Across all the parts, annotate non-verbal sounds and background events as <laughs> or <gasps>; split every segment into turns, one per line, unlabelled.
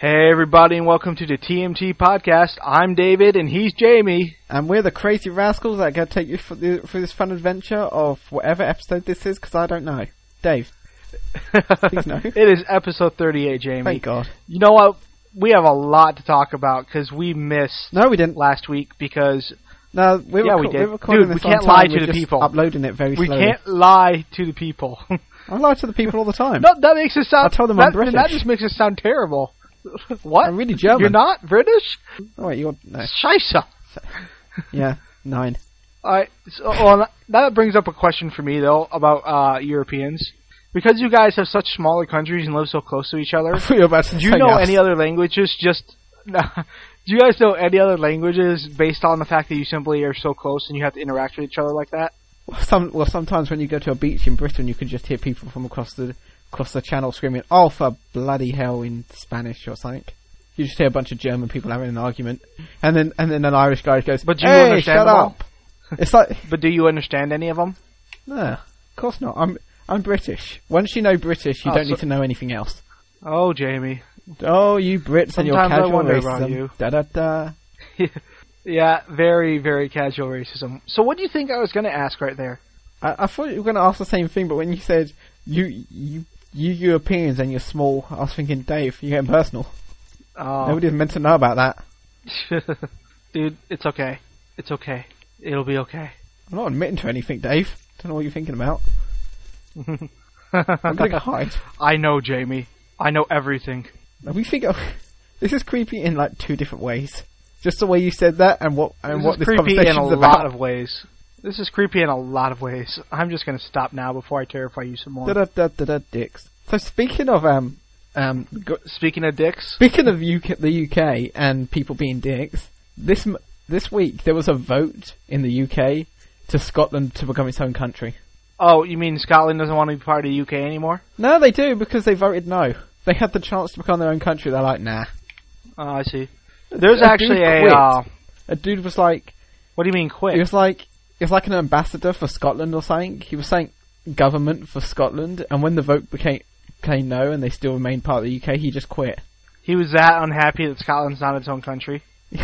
everybody, and welcome to the TMT podcast. I'm David, and he's
<laughs>
Jamie.
And we're the crazy rascals that are going to take you for the, through this fun adventure of whatever episode this is, because I don't know. Dave, Please no.
it is episode 38, Jamie.
thank God.
You know what? We have a lot to talk about because we missed
No, we didn't.
last week because
No, we're,
Yeah, we
reco-
did.
we're recording
Dude, we
this
can't
on
lie
time,
to
we're
the
just
people.
uploading it very
we
slowly.
can't lie to the people. <laughs>
I lie to the people all the time.
no, that makes us sound.
I told them
that,
I'm British.
That just makes us sound terrible. <laughs> what?
I'm really German.
You're not British?
Oh, wait, you're...
<laughs>
No.
Scheisse.
Yeah, nine. <laughs>
All right. So, well, that brings up a question for me though about uh, Europeans, because you guys have such smaller countries and live so close to each other.
I thought you were about to
Do you
say
know
us.
any other languages? Just <laughs> do you guys know any other languages based on the fact that you simply are so close and you have to interact with each other like that?
Well, Some, well, sometimes when you go to a beach in Britain, you can just hear people from across the across the channel screaming, "Oh, for bloody hell!" in Spanish or something. You just hear a bunch of German people having an argument, and then and then an Irish guy goes,
But do you
"Hey,
understand
shut
them all?"
up!" It's like,
But do you understand any of them?
no, of course not. I'm I'm British. Once you know British, you
Oh,
don't
so-
need to know anything else.
Oh, Jamie.
Oh, you Brits and your
Sometimes I
casual
wonder
racism.
about you.
Da da da.
Yeah, very, very casual racism. So, what do you think I was going to ask right there?
I, I thought you were going to ask the same thing, but when you said you you you Europeans and you're small, I was thinking, Dave, you're getting personal.
Oh,
Nobody's meant to know about that.
<laughs> dude, it's okay. It's okay. It'll be okay. <laughs>
I'm not admitting to anything, Dave. Don't know what you're thinking about. I'm gonna go hide.
I know, Jamie. I know everything.
Now, We think <laughs> this is creepy in like two different ways. Just the way you said that, and what and
this
what
is
this
creepy
conversation's
in a
about.
lot of ways. This is creepy in a lot of ways. I'm just going to stop now before I terrify you some more.
da, da, da, da, da, dicks. So speaking of um um go-
Speaking of dicks,
speaking of UK, the UK and people being dicks, this m- this week there was a vote in the UK to Scotland to become its own country.
oh, you mean Scotland doesn't want to be part of the UK anymore?
No, they do because they voted no. They had the chance to become their own country. They're like, nah.
Oh, I see. There's
dude
actually a.
quit.
Uh,
A dude was like,
what do you mean
He
quit?
was like he was like an ambassador for Scotland or something. He was saying government for Scotland, and when the vote became became no, and they still remained part of the UK, he just quit. <laughs>
He was that unhappy that Scotland's not its own country.
he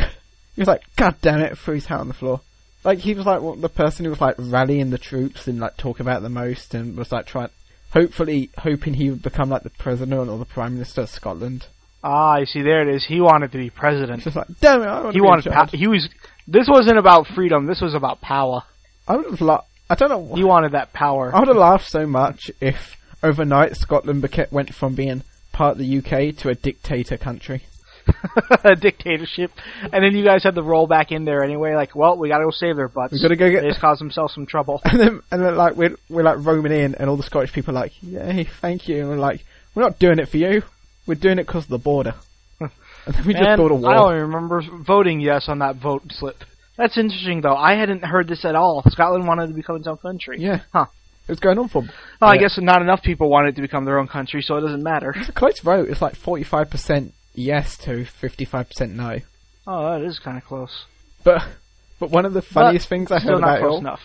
was like, "God damn it!" Threw his hat on the floor. Like he was like what, the person who was like rallying the troops and like talking about it the most, and was like trying, hopefully hoping he would become like the president or the prime minister of Scotland.
Ah, I see. There it is. He wanted to be president.
<laughs> It's just like, damn it! I want
He
to be in
wanted. pow
charge."
he was. This wasn't about freedom. This was about power.
I would have la- I don't know.
He wanted that power.
I would have laughed so much if overnight Scotland beca- went from being part of the UK to a dictator country.
<laughs>
<laughs>
a dictatorship, and then you guys had to roll back in there anyway. Like, well, we gotta go save their butts.
We gotta go get-
They just caused themselves some trouble.
And then, and then like we're we're like roaming in, and all the Scottish people are like, "Yay, thank you!" And we're like, "We're not doing it for you. We're doing it because of the border." and then we
<laughs>
just
Man,
built a
I
wall.
don't even remember voting yes on that vote slip. That's interesting though. I hadn't heard this at all. Scotland wanted to become its own country.
Yeah,
Huh.
it was going on for.
Well, I
Yeah.
guess not enough people wanted to become their own country, so it doesn't matter.
It's a close vote. It's like forty-five percent yes to fifty-five percent no.
Oh, that is kind of close.
But but one of the funniest things I
Still
heard
not
about it
close
all
enough.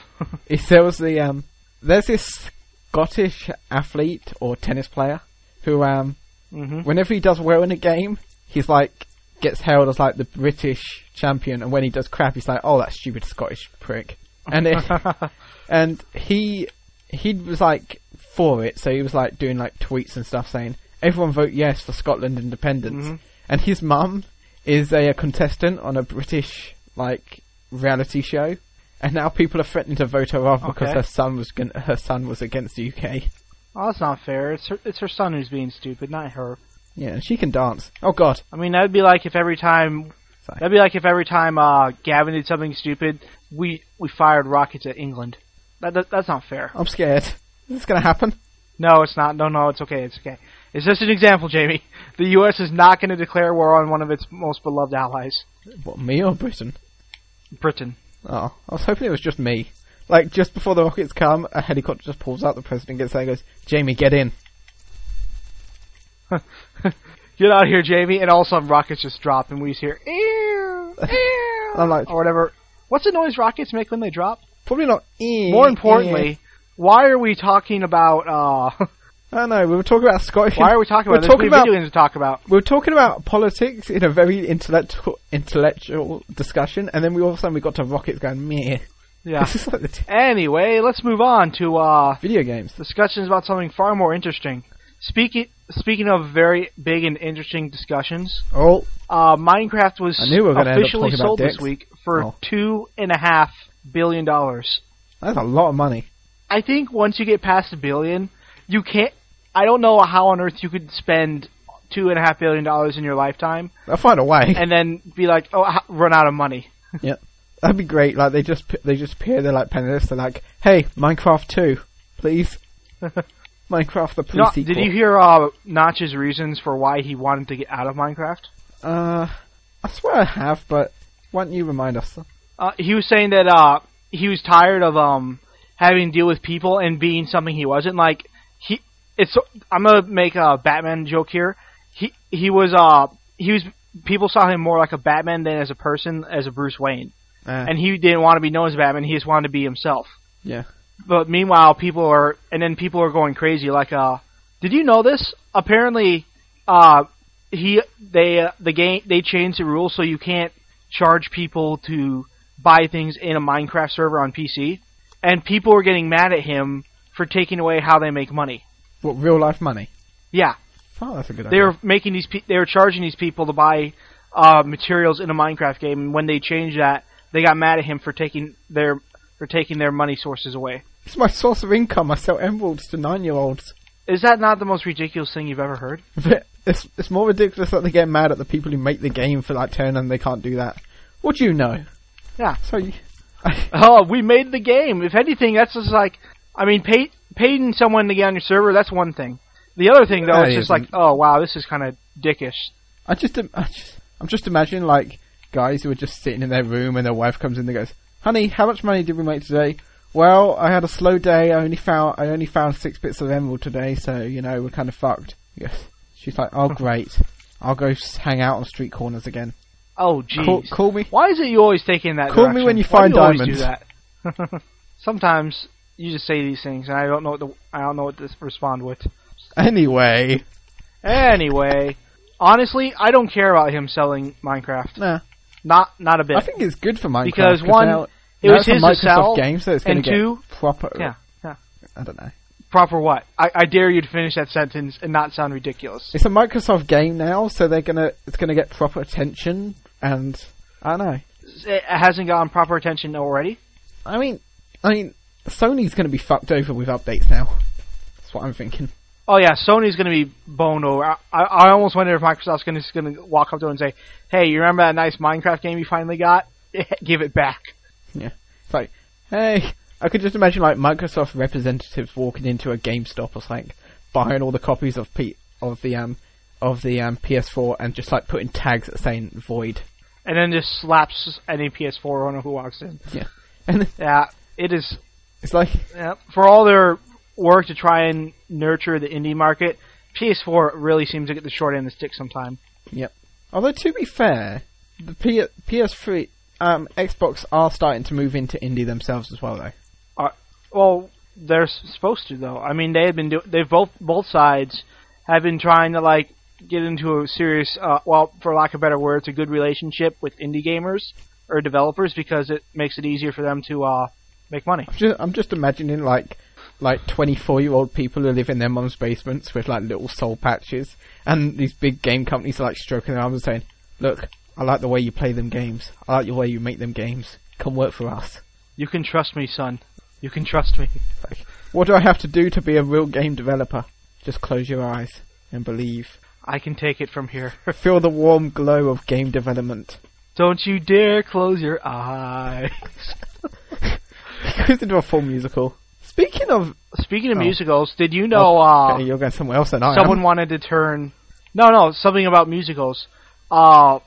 is there was the um there's this Scottish athlete or tennis player who um
hmm
whenever he does well in a game, he's like gets hailed as like the British champion, and when he does crap, he's like, oh that stupid Scottish prick, and it, and he he was like for it, so he was like doing like tweets and stuff saying everyone vote yes for Scotland independence,
Mhm.
and his mum is a, contestant on a British like reality show. And now people are threatening to vote her off because
Okay.
her son was gon- her son was against the UK.
Oh, that's not fair. It's her, it's her son who's being stupid, not her.
Yeah, she can dance. Oh God,
I mean, that'd be like if every time
Sorry.
that'd be like if every time uh, Gavin did something stupid, we we fired rockets at England. That, that that's not fair.
I'm scared. Is this gonna happen?
No, it's not. No, no, it's okay. It's okay. It's just an example, Jamie. The U.S. is not going to declare war on one of its most beloved allies,
What, me or Britain?
Britain.
Oh, I was hoping it was just me. Like, just before the rockets come, a helicopter just pulls out, the president gets there and goes, Jamie,
<laughs>
get in.
Get out of here, Jamie! And all of a sudden, rockets just drop, and we just hear ew, ew,
I'm like-
or whatever. What's the noise rockets make when they drop?
Probably not in.
More importantly, why are we talking about uh, <laughs>
I don't know. We were talking about Scottish.
Why are we talking
<laughs> we're
about this?
talking
we have
about-
video games to talk about.
we were talking about politics in a very intellectual intellectual discussion, and then we all of a sudden we got to rockets going meh.
Yeah.
<laughs> This is like the t-
anyway, let's move on to uh,
video games.
discussions about something far more interesting. Speaking speaking of very big and interesting discussions,
Oh,
uh, Minecraft was
I knew we were gonna end up
officially
talking about
sold this
dicks.
week for
Oh.
two and a half billion dollars.
that's a lot of money.
I think once you get past a billion, you can't. I don't know how on earth you could spend two and a half billion dollars in your lifetime
I'll find a way.
and then be like, oh, h- run out of money.
yeah, that'd be great. Like they just p- they just appear. They're like panelists. They're like, hey, Minecraft two,
<laughs>
please. Minecraft the
No,
pre-sequel.
did you hear uh, Notch's reasons for why he wanted to get out of Minecraft?
Uh, I swear I have, but why don't you remind us?
Uh, he was saying that uh, he was tired of um, having to deal with people and being something he wasn't. Like he, it's. I'm gonna make a Batman joke here. He he was uh he was people saw him more like a Batman than as a person as a Bruce Wayne,
Uh,
and he didn't want to be known as Batman. He just wanted to be himself.
yeah,
But meanwhile, people are and then people are going crazy. Like, uh, did you know this? Apparently, uh, he they uh, the game they changed the rules so you can't charge people to buy things in a Minecraft server on PC. And people were getting mad at him for taking away how they make money.
what real life money?
Yeah,
Oh, that's a good
they
idea.
were making these pe- they were charging these people to buy uh, materials in a Minecraft game. And when they changed that, they got mad at him for taking their for taking their money sources away.
It's my source of income. I sell emeralds to nine year <laughs> olds.
Is that not the most ridiculous thing you've ever heard?
It's it's more ridiculous that they get mad at the people who make the game for like turn and they can't do that. What do you know?
Yeah.
So you, <laughs>
Oh, we made the game. If anything, that's just like, I mean, pay, paying someone to get on your server, that's one thing. The other thing, though,
That
is just
isn't-
like, oh, wow, this is kind of dickish.
I just, im- I just I'm just imagining like guys who are just sitting in their room and their wife comes in and goes, "Honey, how much money did we make today?" Well, I had a slow day. I only found I only found six bits of emerald today, so you know we're kind of fucked. Yes. She's like, "Oh great, I'll go s- hang out on street corners again."
Oh, jeez.
Call, call me.
Why is it you always take in that
Call me
direction?
when you
Why do
find
you always do that? <laughs> Sometimes you just say these things, and I don't know what to, I don't know what to respond with.
Anyway,
Anyway, honestly, I don't care about him selling Minecraft.
nah.
Not not a bit.
I think it's good for Minecraft
Because one,
now,
it
now
was
it's a
his to
Microsoft
sell,
game, so it's going
and
to
two-
get proper.
yeah, yeah.
I don't know.
Proper what? I, I dare you to finish that sentence and not sound ridiculous.
It's a Microsoft game now, so they're gonna it's going to get proper attention, and I don't know.
it hasn't gotten proper attention already.
I mean, I mean, Sony's going to be fucked over with updates now. That's what I'm thinking.
Oh yeah, Sony's going to be boned over. I, I, I almost wonder if Microsoft's going to going to walk up to it and say, "Hey, you remember that nice Minecraft game you finally got? <laughs> Give it back."
Yeah, it's like, hey, I could just imagine like Microsoft representatives walking into a GameStop or something, buying all the copies of P- of the um of the um PS4 and just like putting tags that saying void.
And then just slaps any PS4 owner who walks in.
Yeah, and then
Yeah, it is
it's like.
yeah, for all their work to try and nurture the indie market. PS4 really seems to get the short end of the stick sometime.
Yep. Although to be fair, the P- PS3, um, Xbox are starting to move into indie themselves as well, though.
Uh, Well, they're s- supposed to though. I mean, they have been do- they've both both sides have been trying to like get into a serious uh, well, for lack of better words, a good relationship with indie gamers or developers because it makes it easier for them to uh, make money.
I'm just, I'm just imagining like like 24 year old people who live in their mum's basements with like little soul patches, and these big game companies are like stroking their arms and saying, "Look, I like the way you play them games. I like the way you make them games. Come work for us."
You can trust me, son. You can trust me.
What do I have to do to be a real game developer? Just close your eyes and believe.
I can take it from here. <laughs>
Feel the warm glow of game development. <laughs>
Don't you dare close your eyes.
He goes into a full musical. Speaking of,
Speaking of
Oh.
musicals, did you know uh,
okay, you're going somewhere else than I
someone
am.
wanted to turn no no something about musicals uh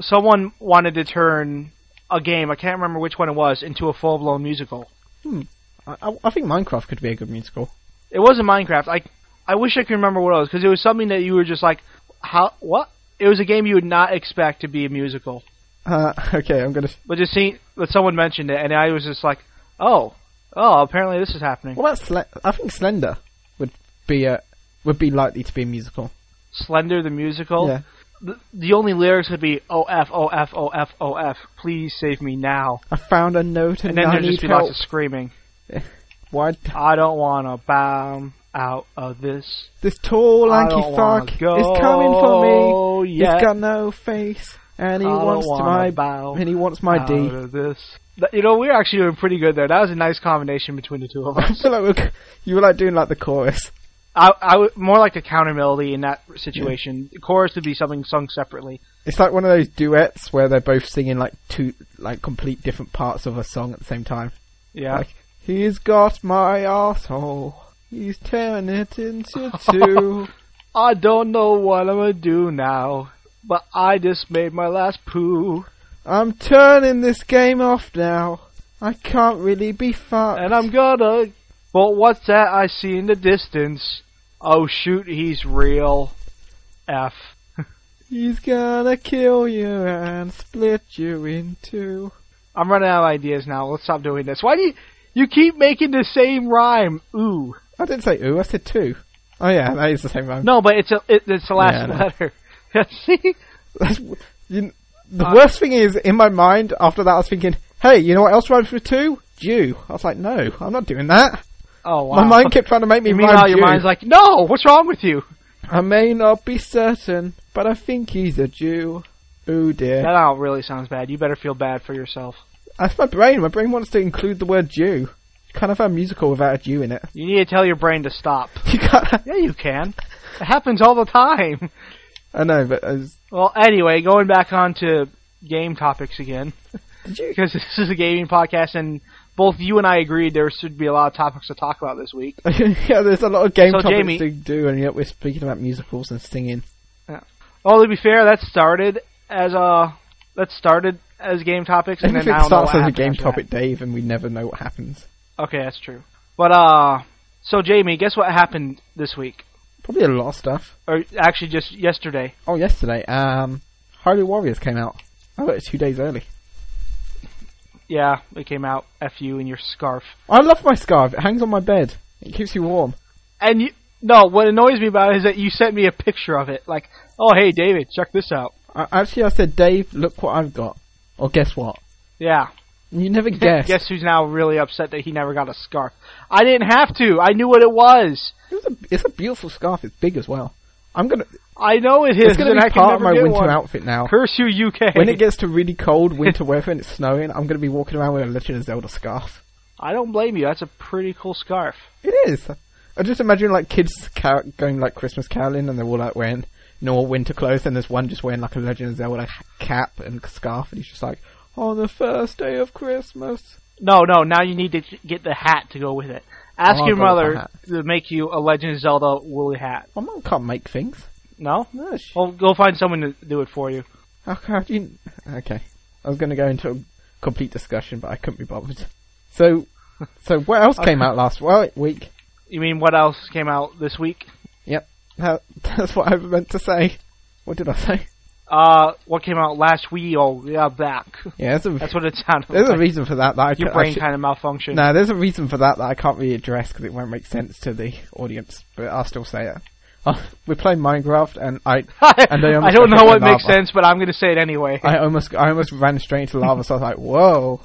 someone wanted to turn a game i can't remember which one it was into a full blown musical
I, I- I think Minecraft could be a good musical.
it wasn't minecraft i i wish i could remember what it was because it was something that you were just like how what it was a game you would not expect to be a musical
Uh, <laughs> okay, I'm gonna.
but just seeing but someone mentioned it and i was just like oh oh apparently this is happening
What about Sle- I think Slender would be a would be likely to be a musical.
Slender the musical.
Yeah.
The, the only lyrics would be "O F O F O F O F, please save me now,"
I found a note
and
and,
then
I
there'd
need
just be
help.
lots of screaming.
Why
I don't wanna bow out of this.
this tall
I
lanky
don't wanna
fuck
go
is coming for me?
Yet.
He's got no face, and he
I don't
wants to
wanna
my
bow
and he wants my
out
D.
of this. Th- You know, we were actually doing pretty good there. That was a nice combination between the two of
<laughs> I <laughs>
us.
feel like we're, g- you were like doing like the chorus.
I, I would more like the counter melody in that situation. The chorus would be something sung separately.
It's like one of those duets where they're both singing like two like complete different parts of a song at the same time.
Yeah.
Like he's got my asshole. He's tearing it into
<laughs>
two.
I don't know what I'm gonna do now, but I just made my last poo,
I'm turning this game off now. I can't really be fucked.
and I'm gonna. But what's that I see in the distance? Oh shoot, he's real. F.
He's gonna kill you and split you in two.
I'm running out of ideas now. Let's stop doing this. Why do you, you keep making the same rhyme? Ooh.
I didn't say ooh. I said two. Oh yeah, that is the same one.
No, but it's a it, it's the
Yeah, I
last
know.
letter. <laughs> See,
<laughs> That's, you, the
Uh,
worst thing is, in my mind, after that, I was thinking, hey, you know what else rhymes with two? Jew. I was like, no, I'm not doing that.
oh wow.
My mind kept trying to make me
You mean
rhyme
how your
Jew.
mind's like, no, what's wrong with you?
I may not be certain, but I think he's a Jew. Oh dear.
That all really sounds bad. You better feel bad for yourself.
That's my brain. My brain wants to include the word Jew. You can't have a musical without a Jew in it. <laughs>
You need to tell your brain to stop.
You can't.
Yeah, you can. It happens all the time.
I know, but as, <laughs>
Well, anyway, going back on to game topics
<laughs>
again,
did you?
because this is a gaming podcast, and both you and I agreed there should be a lot of topics to talk about this week.
yeah, there's a lot of game
So,
topics
Jamie-
to do, and yet we're speaking about musicals and singing.
Well, to be fair, that started as a that started as game topics, and then I
Everything
don't know
starts
what
as a
happened
game
after
topic, Dave, and we never know what happens.
that. Okay, that's true. But uh, so Jamie, guess what happened this week,
Probably a lot of stuff.
or actually just yesterday?
Oh, yesterday, um, Holy Warriors came out. I got it two days early.
Yeah, it came out. F you and your scarf.
I love my scarf. It hangs on my bed. It keeps you warm.
And you, no, what annoys me about it is that you sent me a picture of it. Like, oh hey David, check this out.
I, actually, I said, Dave, look what I've got. Or guess what?
Yeah.
And
<laughs>
You never guess.
Guess who's now really upset that he never got a scarf? I didn't have to. I knew what it was.
It was a, it's a beautiful scarf. It's big as well. I'm gonna.
I know it is.
It's gonna
and I
be
can
part of
never
my
get
winter
one.
outfit now.
Curse you, UK.
When it gets to really cold winter weather and it's snowing, I'm gonna be walking around with a Legend of Zelda scarf.
I don't blame you. That's a pretty cool scarf.
It is. I just imagine like kids car- going like Christmas caroling and they're all like wearing normal winter clothes and there's one just wearing like a Legend of Zelda cap and scarf and he's just like, on the first day of Christmas.
No, no. Now you need to get the hat to go with it. Ask
Oh, I'll
your
go with the
mother
hat.
to make you a Legend of Zelda woolly hat.
My mum can't make things.
No?
No, she-
Well, go find someone to do it for you.
how, how do you... Okay. I was going to go into a complete discussion, but I couldn't be bothered. So, so what <laughs> else came out last well, week?
You mean what else came out this week?
Yep. That- <laughs> that's what I meant to say. What did I say?
Uh, what came out last week? Oh, yeah, back.
Yeah, there's a,
That's what it sounded
there's
like.
a reason for that. that I,
Your
cou- I
brain
should-
kind of malfunctioned.
No, there's a reason for that that I can't really address because it won't make sense to the audience, but I'll still say it. <laughs> Oh, we're playing Minecraft, and I and I, almost
<laughs> I don't
got
know
hit
what
by lava.
makes sense, but I'm going to say it anyway.
I almost I almost ran straight into lava, so I was like, "Whoa!"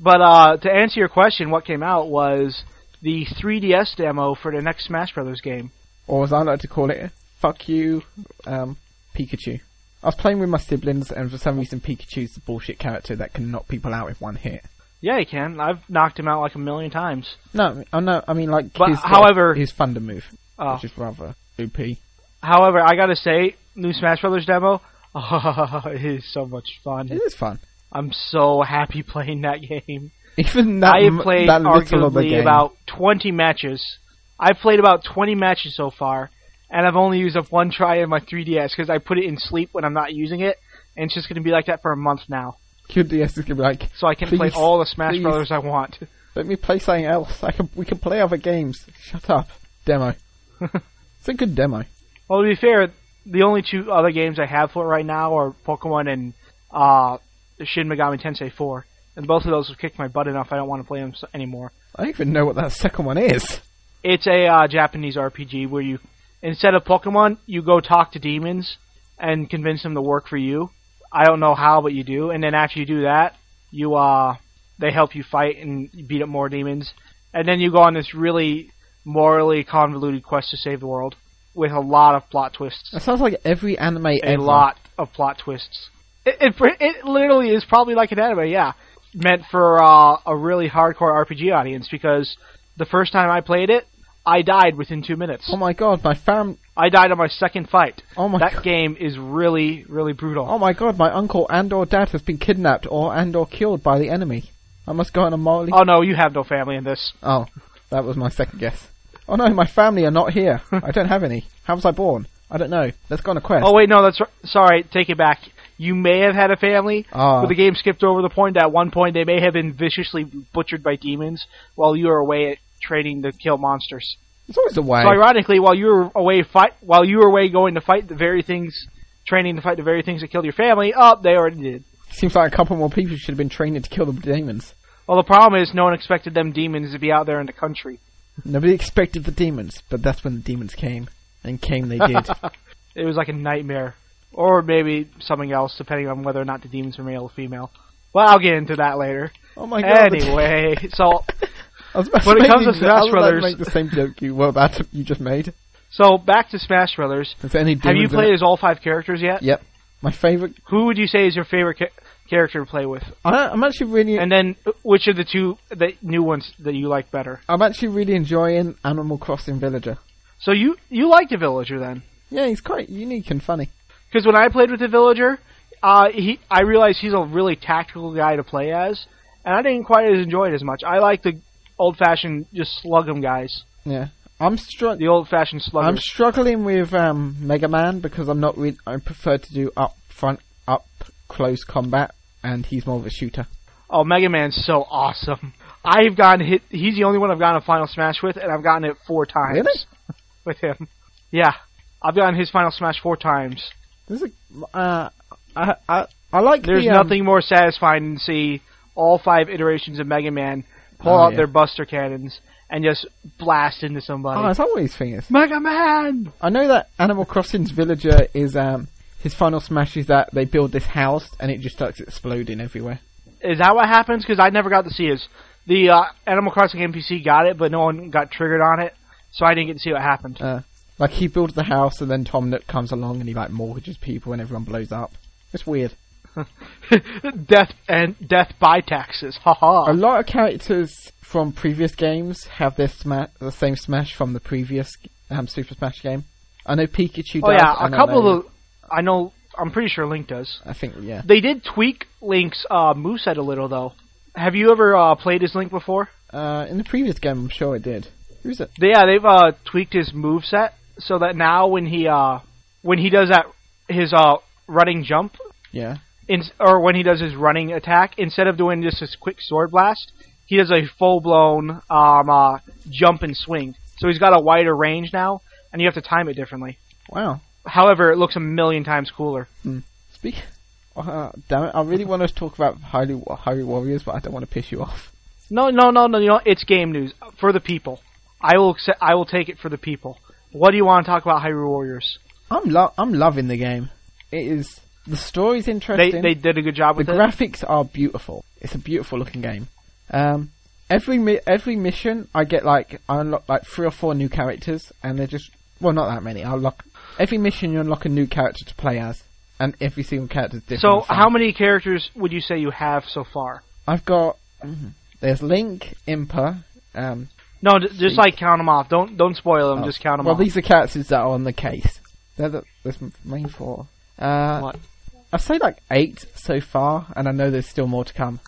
But uh, to answer your question, what came out was the 3DS demo for the next Smash Brothers game.
Or as I like to call it, "Fuck you, um, Pikachu." I was playing with my siblings, and for some reason, Pikachu's the bullshit character that can knock people out with one hit.
Yeah, you can. I've knocked him out like a million times.
No, I no, I mean like
But
his
however-
his thunder move,
Oh.
which is rather OP.
However, I got to say, new Smash Brothers demo. <laughs> oh, it is so much
It
fun.
is fun.
I'm so happy <laughs> playing that game.
<laughs> Even that,
I have
m-
played
that little of the
arguably
game.
about 20 matches. I've played about 20 matches so far, and I've only used up one try in my 3DS because I put it in sleep when I'm not using it, and it's just going to be like that for a month now.
QDS is gonna be like,
So I can play
Please,
all the Smash
please.
Brothers I want.
Let me play something else. I can, we can play other games. Shut up.
<laughs>
Demo. it's a good demo.
Well, to be fair, the only two other games I have for it right now are Pokemon and uh, Shin Megami Tensei 4, and both of those have kicked my butt enough I don't want to play them s- anymore.
I don't even know what that second one is.
It's a uh, Japanese RPG where you instead of Pokemon, you go talk to demons and convince them to work for you. I don't know how, but you do. And then after you do that, you uh they help you fight and beat up more demons. And then you go on this really morally convoluted quest to save the world with a lot of plot twists.
That sounds like every anime
a
ever.
lot of plot twists. It, it pr- it literally is probably like an anime, yeah, meant for uh, a really hardcore RPG audience because the first time I played it, I died within two minutes.
Oh my god, my fam.
I died on my second fight.
Oh my
that
god.
game is really, really brutal.
Oh my god, my uncle and or dad has been kidnapped or and or killed by the enemy. I must go on a morally.
Oh no, you have no family in this.
Oh, that was my second guess. Oh no, my family are not
<laughs>
here. I don't have any. How was I born? I don't know. Let's go on a quest.
Oh wait, no, that's r- sorry. Take it back. You may have had a family,
Ah.
but the game skipped over the point. that At one point, they may have been viciously butchered by demons while you were away at training to kill monsters.
it's always a way.
So ironically, while you were away fight, while you were away going to fight the very things, training to fight the very things that killed your family, oh, they already did.
Seems like a couple more people should have been training to kill the demons.
Well, the problem is no one expected them demons to be out there in the country.
Nobody expected the demons, but that's when the demons came. And came
<laughs>
they did.
It was like a nightmare, or maybe something else, depending on whether or not the demons were male or female. Well, I'll get into that later.
oh my god.
Anyway, <laughs> so
<laughs> I was about
When
to
it
make
comes
the-
to Smash
I was about
Brothers-
make the same joke you well that you just made.
so back to Smash Brothers.
Is there any
Have you
demons in
played
it?
as all five characters yet?
Yep. My favorite.
Who would you say is your favorite ca- character to play with?
I, I'm actually really.
And then uh, which of the two the new ones that you like better?
I'm actually really enjoying Animal Crossing Villager.
So you you liked the villager then?
Yeah, he's quite unique and funny.
Because when I played with the villager, uh, he I realized he's a really tactical guy to play as, and I didn't quite as enjoy it as much. I like the old fashioned just slug 'em guys,
Yeah. I'm struck.
the old fashioned
I'm
sluggers.
struggling with um, Mega Man because I'm not. Re- I prefer to do up front, up close combat, and he's more of a shooter.
oh, Mega Man's so awesome. I've gotten hit. He's the only one I've gotten a final smash with, and I've gotten it four times
Really?
<laughs> with him. Yeah, I've gotten his final smash four times.
There's a. Uh, I, I I like.
There's
the, um,
nothing more satisfying than see all five iterations of Mega Man pull
Oh,
out
yeah.
their Buster cannons and just blast into somebody.
Oh, it's always thing is.
Mega Man.
I know that Animal Crossing's villager is um his final smash is that they build this house and it just starts exploding everywhere.
Is that what happens? Because I never got to see his. The uh, Animal Crossing NPC got it, but no one got triggered on it, so I didn't get to see what happened.
Uh, like he builds the house and then Tom Nook comes along and he like mortgages people and everyone blows up. It's weird.
<laughs> death and death by taxes. Ha
A
ha.
lot of characters from previous games have their sma- the same smash from the previous um, Super Smash game. I know Pikachu.
Oh
does,
yeah, a
and I
couple
know-
of. the- I know. I'm pretty sure Link does.
I think yeah.
They did tweak Link's uh, moveset a little, though. Have you ever uh, played as Link before?
Uh, in the previous game, I'm sure it did. Who's it?
Yeah, they've uh, tweaked his moveset so that now when he uh, when he does that his uh, running jump,
Yeah.
in, or when he does his running attack, instead of doing just his quick sword blast, he does a full blown um, uh, jump and swing. So he's got a wider range now, and you have to time it differently.
Wow.
However, it looks a million times cooler.
Speak. Uh, damn it! I really want to talk about Holy Holy Warriors, but I don't want to piss you off.
No, no, no, no. You know, it's game news for the people. I will accept. I will take it for the people. What do you want to talk about, Hyrule Warriors?
I'm lo- I'm loving the game. It is the story's
They
interesting.
they did a good job
the
with it.
graphics are beautiful. It's a beautiful looking game. Um, every mi- every mission, I get like I unlock like three or four new characters, and they're just well, not that many. I unlock every mission, you unlock a new character to play as, and every single character is different.
So,
and fun.
how many characters would you say you have so far?
I've got mhm. there's Link, Impa. Um,
No, d- just like count them off. Don't don't spoil them.
oh,
Just count them
Well,
off.
these are characters that are on the case. They're the there's m- main four. Uh,
What?
I'd say like eight so far, and I know there's still more to come.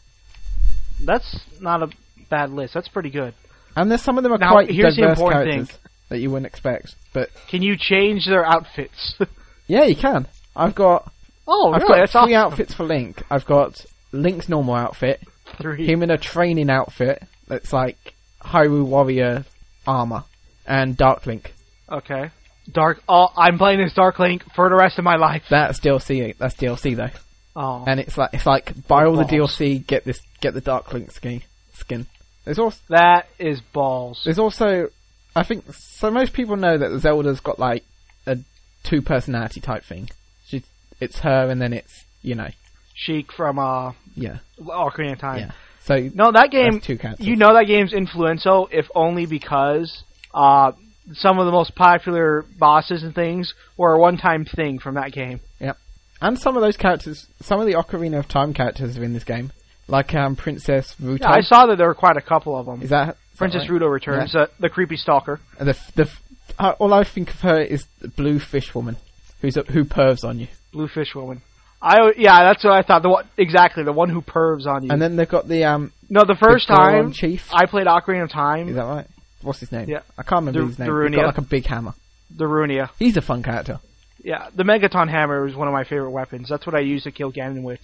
That's not a bad list. That's pretty good.
And there's some of them are
Now,
quite
here's the
diverse
important
characters that you wouldn't expect. But
Can you change their outfits? <laughs>
yeah, you can. I've got
oh,
I've
really?
got
That's awesome.
three outfits for Link. I've got Link's normal outfit,
<laughs> Three.
him in a training outfit that's like Hyrule Warrior armor, and Dark Link.
Okay. Dark. Oh, I'm playing as Dark Link for the rest of my life.
That's DLC. That's DLC though,
Oh,
and it's like it's like buy all the
Balls.
DLC, get this, get the Dark Link skin. Skin. There's also
that is balls.
there's also I think so. Most people know that Zelda's got like a two personality type thing. She's it's her, and then it's you know,
Sheik from uh,
yeah,
Ocarina of Time.
yeah. So
No, that game.
That's two characters.
You know that game's influential, if only because uh, some of the most popular bosses and things were a one-time thing from that game.
Yep. And some of those characters, some of the Ocarina of Time characters are in this game, like um, Princess Ruto.
Yeah, I saw that there were quite a couple of them.
Is that is that
Princess
right?
Ruto returns, uh, the creepy stalker.
And The, f- the, f- uh, all I think of her is the blue fish woman, who's a, who pervs on you.
Bluefish woman. I yeah, that's what I thought. The one, exactly the one who pervs on you.
And then they've got the um,
no, the first
the Goron
time
chief.
I played Ocarina of
Is
Time,
that right? What's his name?
Yeah.
I can't remember
Dur-
his name. He's
Darunia.
got like a big hammer.
the Runia.
He's a fun character.
Yeah, the Megaton hammer was one of my favorite weapons. That's what I used to kill Ganon with.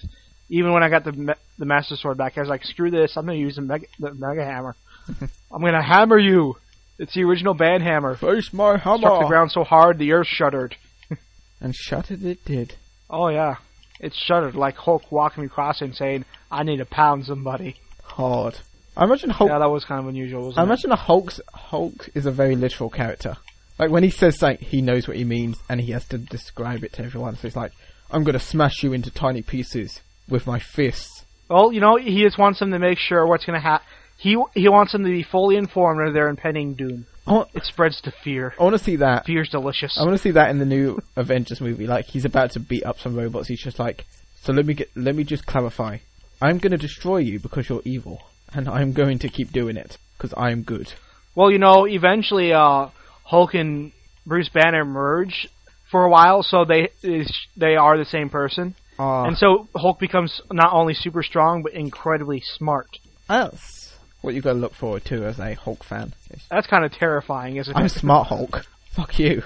Even when I got the me- the Master Sword back, I was like, "Screw this! I'm gonna use the Mega, the mega
<laughs>
Hammer. I'm gonna hammer you." It's the original band hammer.
Face my
Struck the
hammer.
ground so hard the earth shuddered.
And shuddered it did.
Oh yeah, it shuddered like Hulk walking across and saying, "I need to pound somebody."
Hard. I imagine Hulk.
Yeah, that was kind of unusual. Wasn't
Oh. I
it?
imagine a Hulk's Hulk is a very literal character. Like when he says something, he knows what he means and he has to describe it to everyone. So it's like, I'm gonna smash you into tiny pieces with my fists.
Well, you know, he just wants them to make sure what's going to happen. He he wants them to be fully informed of their impending doom.
I want,
It spreads to fear.
I want to see that.
Fear's delicious.
I want to see that in the new <laughs> Avengers movie. Like he's about to beat up some robots. He's just like, so let me get, let me just clarify. I'm gonna destroy you because you're evil, and I'm going to keep doing it because I'm good.
Well, you know, eventually uh, Hulk and Bruce Banner merge for a while, so they is- they are the same person.
Ah,
And so Hulk becomes not only super strong but incredibly smart.
Ah, that's what you gotta look forward to as a Hulk fan.
That's kind of terrifying, isn't
I'm
it?
smart Hulk. Fuck you.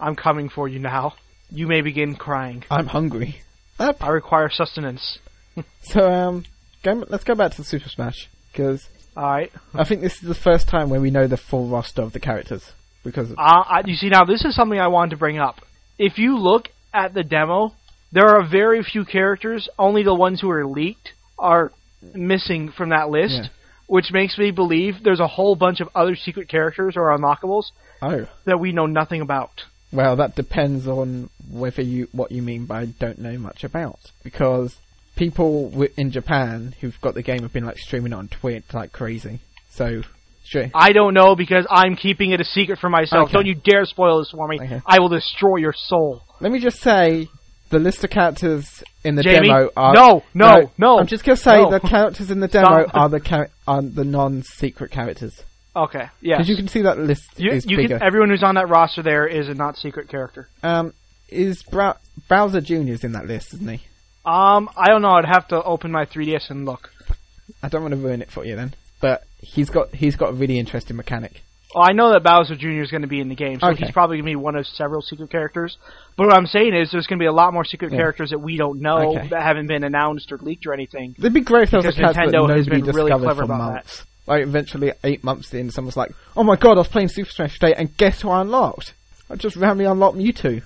I'm coming for you now. You may begin crying.
I'm hungry.
I require sustenance.
So um, go, let's go back to the Super Smash because
All right.
I think this is the first time where we know the full roster of the characters. Because
Uh, I, you see, now this is something I wanted to bring up. If you look at the demo, there are very few characters. Only the ones who are leaked are missing from that list,
Yeah.
which makes me believe there's a whole bunch of other secret characters or unlockables
oh,
that we know nothing about.
well, that depends on whether you what you mean by don't know much about. Because people wi in Japan who've got the game have been like streaming it on Twitch like crazy. So sure,
I don't know because I'm keeping it a secret for myself.
Okay.
Don't you dare spoil this for me.
Okay.
I will destroy your soul.
let me just say. The list of characters in the
Jamie?
demo are
No, no, no,
I'm just gonna say
no.
the characters in the demo
Stop.
are the char- are the non-secret characters.
<laughs> Okay, yes.
Because you can see that list
You-
is
you can-
bigger.
everyone who's on that roster there is a not secret character.
um, is Brow- Browser Junior's in that list, isn't he?
Um, I don't know. I'd have to open my 3DS and look.
I don't want to ruin it for you then, but he's got he's got a really interesting mechanic.
Well, I know that Bowser Jr. is going to be in the game, so
Okay.
he's probably going to be one of several secret characters. But what I'm saying is, there's going to be a lot more secret
Yeah.
characters that we don't know
Okay.
that haven't been announced or leaked or anything. <laughs>
It'd be great if there was a
Because
character that
Nintendo has
nobody
been really
discovered
clever
for
about
months. Like eventually, eight months in, someone's like, "Oh my god, I was playing Super Smash today, and guess who I unlocked? I just randomly unlocked Mewtwo."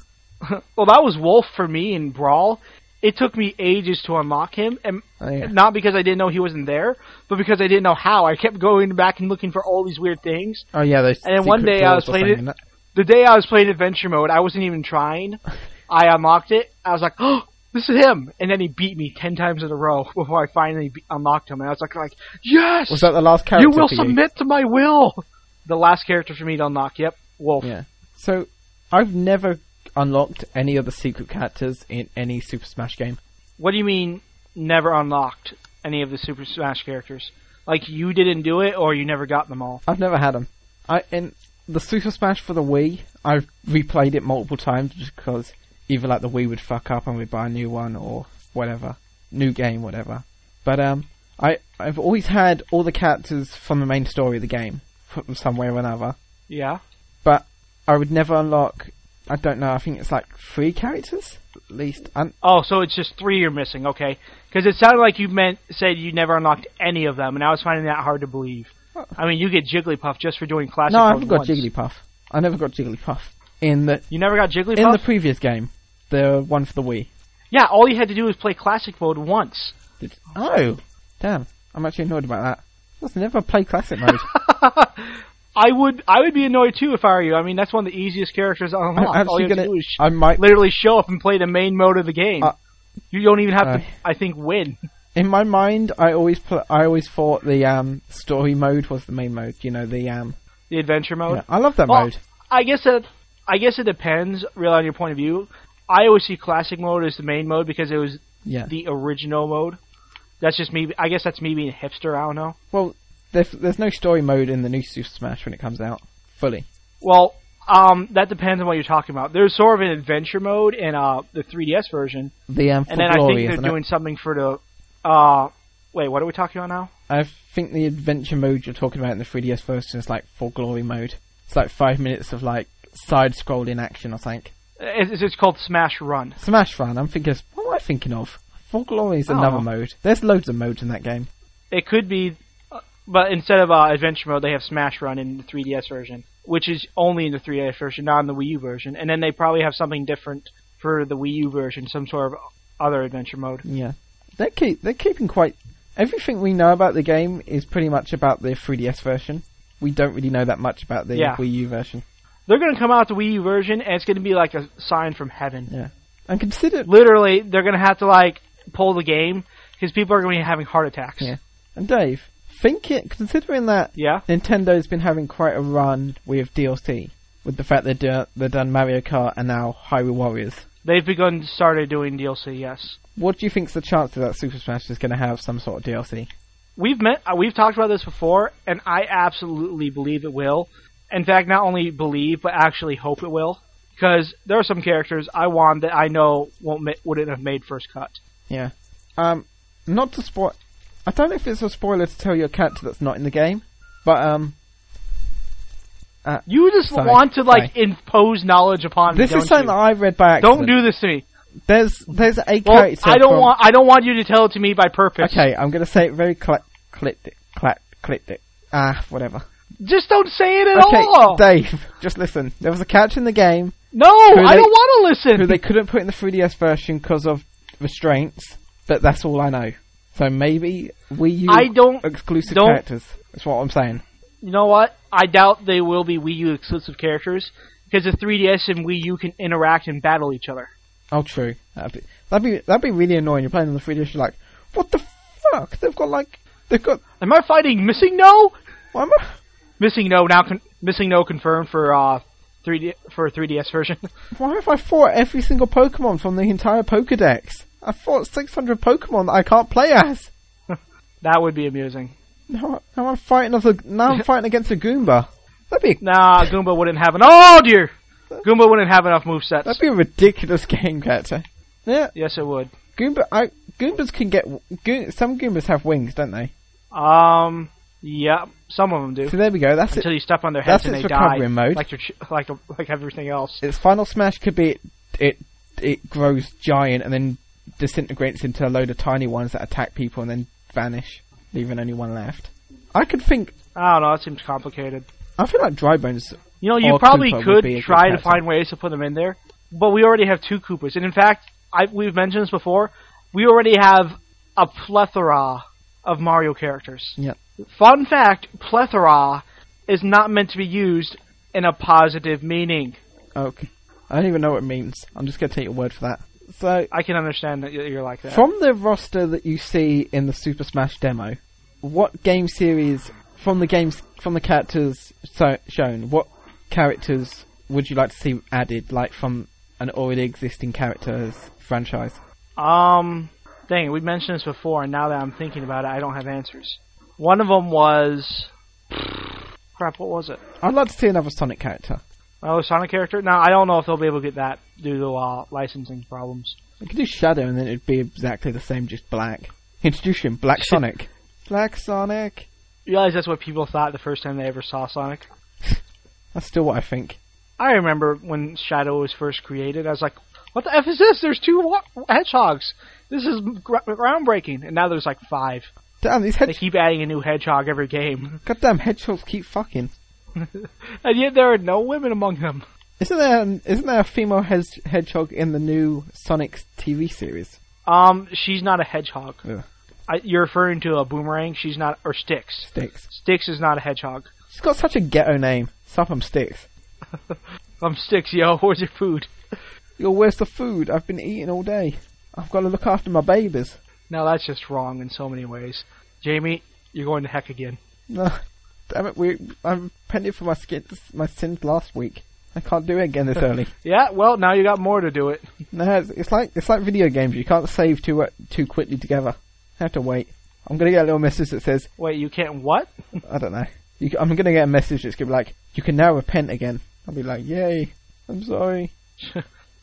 Well, that was Wolf for me in Brawl. It took me ages to unlock him, and
Oh, yeah.
not because I didn't know he wasn't there, but because I didn't know how. I kept going back and looking for all these weird things.
Oh yeah, those.
And then one
secret
day I
doors
was
or
playing
something,
it-
innit?
The day I was playing Adventure Mode, I wasn't even trying. I unlocked it. I was like, <gasps> "Oh, this is him!" And then he beat me ten times in a row <laughs> before I finally be- unlocked him. And I was like, "Like, yes!"
Was that the last character?
you will
for
submit to my will. The last character for me to unlock. Yep, Wolf.
Yeah. So I've never unlocked any of the secret characters in any Super Smash game.
What do you mean? Never unlocked any of the Super Smash characters? Like you didn't do it, or you never got them all?
I've never had them. I in the Super Smash for the Wii, I've replayed it multiple times just because either like the Wii would fuck up and we'd buy a new one or whatever, new game, whatever. But um, I I've always had all the characters from the main story of the game from some way or another.
Yeah.
But I would never unlock. I don't know. I think it's like three characters at least. And
Oh, so it's just three you're missing? Okay, because it sounded like you meant said you never unlocked any of them, and I was finding that hard to believe. I mean, you get Jigglypuff just for doing classic.
no, I
mode
haven't got
once.
Jigglypuff. I never got Jigglypuff in the
You never got Jigglypuff.
in the previous game, the one for the Wii.
yeah, all you had to do was play classic mode once.
Did-
<laughs>
oh, damn! I'm actually annoyed about that. Let's never play classic mode.
I would I would be annoyed too if I were you. I mean, that's one of the easiest characters on
I'm
All
actually
you have to
gonna.
do is sh-
I might.
literally show up and play the main mode of the game.
Uh,
you don't even have
uh,
to, I think, win.
In my mind, I always pl- I always thought the um story mode was the main mode. You know the um.
The adventure mode.
yeah, I love that
Well,
mode.
I guess that I guess it depends really on your point of view. I always see classic mode as the main mode because it was
Yeah.
the original mode. That's just me. I guess that's me being a hipster. I don't know.
Well, there's there's no story mode in the new Super Smash when it comes out fully.
Well, um, that depends on what you're talking about. There's sort of an adventure mode in uh, the 3DS version,
The um. For
and then I
glory,
think
isn't
they're
it?
doing something for the. Uh, wait, what are we talking about now?
I think the adventure mode you're talking about in the 3DS version is like for glory mode. It's like five minutes of like side scrolling action. I think
It's, it's called Smash Run.
Smash Run. I'm thinking. What am I thinking of? For glory is
Oh.
another mode. There's loads of modes in that game.
It could be, uh, but instead of uh, adventure mode, they have Smash Run in the 3DS version, which is only in the 3DS version, not in the Wii U version. And then they probably have something different for the Wii U version, some sort of other adventure mode.
Yeah, they keep they're keeping quite everything we know about the game is pretty much about the 3DS version. We don't really know that much about the
Yeah.
Wii U version.
They're going to come out with the Wii U version, and it's going to be like a sign from heaven.
Yeah, and consider
literally they're gonna have to like pull the game because people are gonna be having heart attacks.
Yeah. and Dave, think it considering that
Yeah?
Nintendo's been having quite a run with DLC with the fact they're do, they've done Mario Kart and now Hyrule Warriors.
They've begun started doing DLC. Yes,
What do you think's the chance that Super Smash is going to have some sort of DLC?
we've met uh, we've talked about this before, and I absolutely believe it will. In fact, not only believe but actually hope it will because there are some characters I want that I know won't ma- wouldn't have made first cut.
Yeah. Um, not to spoil. I don't know if it's a spoiler to tell you a character that's not in the game, but um,
You just
Sorry.
want to like impose knowledge upon
this
me.
is something
do
that I read by
Don't
accident.
do this to me.
There's there's a
Well,
character.
I don't
from-
want. I don't want you to tell it to me by purpose.
Okay, I'm gonna say it very clip clip clip clip it. Ah, whatever.
Just don't say it at
okay,
all.
Dave, <laughs> just listen. There was a character in
<laughs>
the game
no,
Who
I
they-
don't want to listen.
who they couldn't put in the 3DS version because of restraints, but that's all I know. So maybe Wii U
I don't.
exclusive
don't-
characters. That's what I'm saying.
You know what? I doubt they will be Wii U exclusive characters because the 3DS and Wii U can interact and battle each other.
Oh, true. That'd be that'd be, that'd be really annoying. You're playing on the 3DS. You're like, what the fuck? They've got like they've got.
Am I fighting Missing No?
Why am I?
Missing No now. Con- missing No confirmed for uh 3D for 3DS version. <laughs>
Why have I fought every single Pokemon from the entire Pokedex? I fought 600 Pokemon that I can't play as.
that would be amusing.
Now, I- now I'm fighting as a, now I'm fighting against a Goomba. That'd be
Nah, Goomba wouldn't have an. Oh dear, Goomba wouldn't have enough movesets.
that'd be a ridiculous <laughs> game character. Yeah,
Yes, it would.
Goomba. I, Goombas can get Go, some Goombas have wings, don't they?
Um, yeah, some of them
<laughs>
do.
So there we go. That's it.
Until you step on their heads and
That's its
they die,
recovery mode.
like your ch- like like everything else.
Its final smash could be it, it it grows giant and then disintegrates into a load of tiny ones that attack people and then vanish, leaving only one left. I could think.
I don't know. That seems complicated.
I feel like Drybone's
You know, you
Or
probably
Koopa would be
could
a good
try to
captain.
find ways to put them in there, but we already have two Koopas, and in fact, I, we've mentioned this before. We already have a plethora of Mario characters.
Yep.
Fun fact: plethora is not meant to be used in a positive meaning.
Okay. I don't even know what it means. I'm just going to take your word for that. So,
I can understand that you're like that.
from the roster that you see in the Super Smash demo, what game series from the games from the characters so, shown, what characters would you like to see added, like from an already existing characters franchise?
Um, dang, we mentioned this before, and now that I'm thinking about it, I don't have answers. One of them was <sighs> crap. What was it?
I'd like to see another Sonic character.
Oh, Sonic character. Now I don't know if they'll be able to get that due to uh, licensing problems.
We could do Shadow, and then it'd be exactly the same, just black. Introduce him, Black Sonic. Black Sonic.
You realize that's what people thought the first time they ever saw Sonic.
That's still what I think.
I remember when Shadow was first created. I was like, "What the f is this? There's two wa- hedgehogs. This is gr- groundbreaking." And now there's like five.
Damn, these
They
hedge-
keep adding a new hedgehog every game,
goddamn hedgehogs keep fucking.
and yet there are no women among them.
Isn't there an, isn't there a female hes- hedgehog in the new Sonic TV series?
Um, she's not a hedgehog.
Yeah.
I, you're referring to a boomerang. She's not, or Styx.
Sticks.
Styx is not a hedgehog.
She's got such a ghetto name. Sopham Sticks.
I'm sticks, yo. <laughs> Where's your food?
Yo, where's the food? I've been eating all day. I've got to look after my babies.
Now that's just wrong in so many ways. Jamie, you're going to heck again.
No, <laughs> damn it. We, I repented for my skins, my sins last week. I can't do it again this early.
Yeah, well, now you got more to do it.
No, it's, it's like it's like video games. You can't save too uh, too quickly together. I have to wait. I'm gonna get a little message that says
Wait, you can't what? <laughs>
I don't know. You, c- I'm gonna get a message that's gonna be like, "You can now repent again." I'll be like, "Yay! I'm sorry."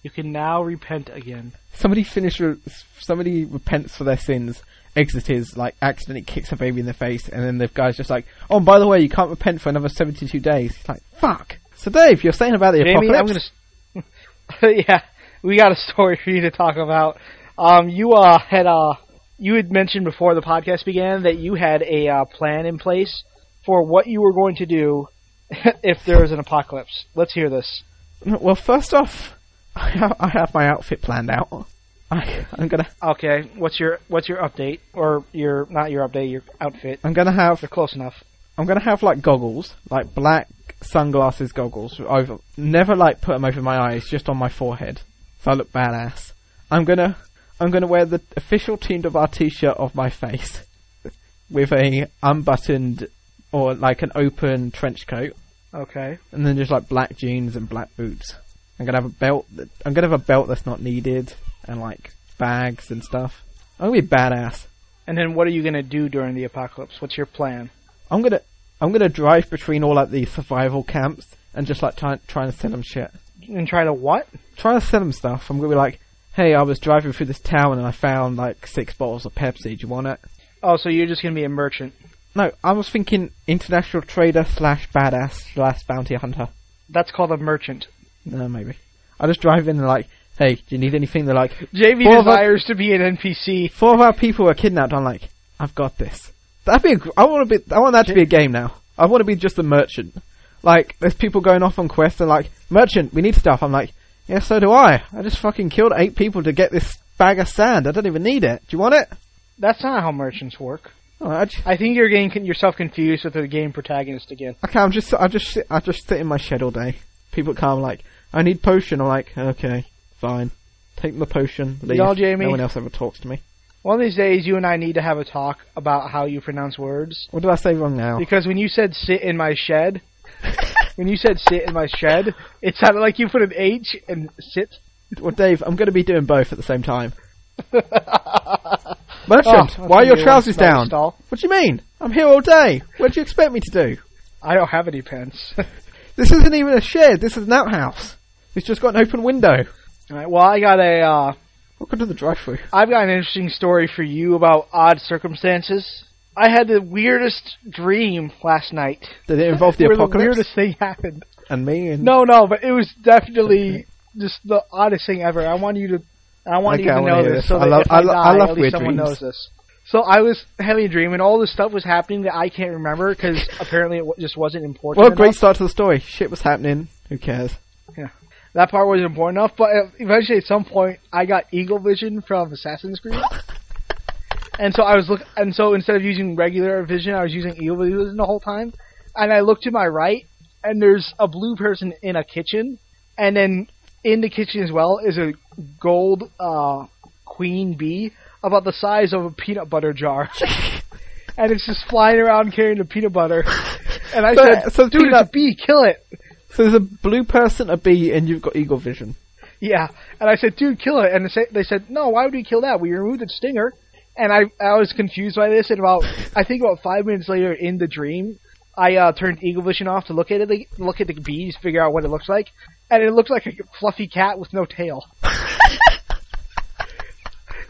you can now repent again.
Somebody finish. Re- somebody repents for their sins. Exit is like accidentally kicks a baby in the face, and then the guy's just like, "Oh, and by the way, you can't repent for another 72 days." It's like, "Fuck." So Dave, you're saying about the
Jamie,
apocalypse?
I'm gonna. s- <laughs> yeah, we got a story for you to talk about. Um, you uh had uh you had mentioned before the podcast began that you had a uh, plan in place for what you were going to do <laughs> if there was an apocalypse. Let's hear this.
Well, first off, <laughs> I have, I have my outfit planned out. I, I'm gonna
Okay, what's your what's your update or your not your update your outfit?
I'm gonna have
They're close enough.
I'm gonna have like goggles, like black sunglasses goggles over. Never like put them over my eyes, just on my forehead, so I look badass. I'm gonna I'm gonna wear the official Team of our t-shirt of my face, <laughs> with a unbuttoned or like an open trench coat,
Okay.
and then just like black jeans and black boots. I'm gonna have a belt. That, I'm gonna have a belt that's not needed, and like bags and stuff. I'm gonna be badass.
And then what are you gonna do during the apocalypse? What's your plan?
I'm gonna I'm gonna drive between all like these survival camps and just like try trying to sell them shit.
And try to what?
Trying to sell them stuff. I'm gonna be like, hey, I was driving through this town and I found like six bottles of Pepsi. Do you want it?
Oh, so you're just gonna be a merchant.
No, I was thinking international trader slash badass slash bounty hunter.
That's called a merchant.
No, maybe. I just drive in and like, hey, do you need anything? They're like,
Jamie
Well, that-
desires to be an NPC.
four of our people were kidnapped. I'm like, I've got this. That'd be. A, gr- I want to be. I want that to be a game now. I want to be just a merchant. Like, there's people going off on quests and like, merchant, we need stuff. I'm like, yeah, so do I. I just fucking killed eight people to get this bag of sand. I don't even need it. Do you want it?
That's not how merchants work.
Oh, I just,
I think you're getting con- yourself confused with the game protagonist again.
okay, I'm just. I just. sit- I just sit in my shed all day. People come like, I need potion. I'm like, okay, fine. Take the potion. Leave.
all Jamie.
No one else ever talks to me.
One of these days, you and I need to have a talk about how you pronounce words.
What did I say
<laughs>
wrong now?
Because when you said sit in my shed, when you said sit in my shed, it sounded like you put an H and sit. <laughs>
Well, Dave, I'm going to be doing both at the same time. Merchant,
Oh,
why are your
you
trousers
smell
down?
stall.
What do you mean? I'm here all day. What do you expect me to do?
I don't have any pants. <laughs>
This isn't even a shed. This is an outhouse. It's just got an open window.
Alright, well, I got a, uh,
Welcome to the drive-thru.
I've got an interesting story for you about odd circumstances. I had the weirdest dream last night.
Did it involve the
where the
apocalypse
weirdest thing happened.
and me? And
No, no, but it was definitely just the oddest thing ever. I want you to, I want you
Okay, I
to
wanna
know
hear
this.
this.
So
I
that
love-
if
I
I,
lo-
die,
I love
at
weird
least someone
dreams.
knows this. So I was having a dream, and all this stuff was happening that I can't remember because
<laughs>
apparently it w- just wasn't important.
Well, a great
enough.
start to the story. Shit was happening. Who cares?
That part wasn't important enough, but uh, eventually, at some point, I got eagle vision from Assassin's Creed. And so I was look, and so instead of using regular vision, I was using eagle vision the whole time. And I look to my right, and there's a blue person in a kitchen, and then in the kitchen as well is a gold uh, queen bee about the size of a peanut butter jar, <laughs> and it's just flying around carrying a peanut butter. And I
So-
said,
so
"Dude, it's a
peanut-
bee, kill it!"
So there's a blue person, a bee, and you've got eagle vision. <laughs>
<laughs> Yeah, and I said, "Dude, kill it!" And they, say, they said, "No, why would we kill that? We removed its stinger." And I, I was confused by this. And about, I think about five minutes later in the dream, I uh, turned Eagle Vision off to look at it, look at the bees, figure out what it looks like, and it looked like a fluffy cat with no
<laughs>
tail.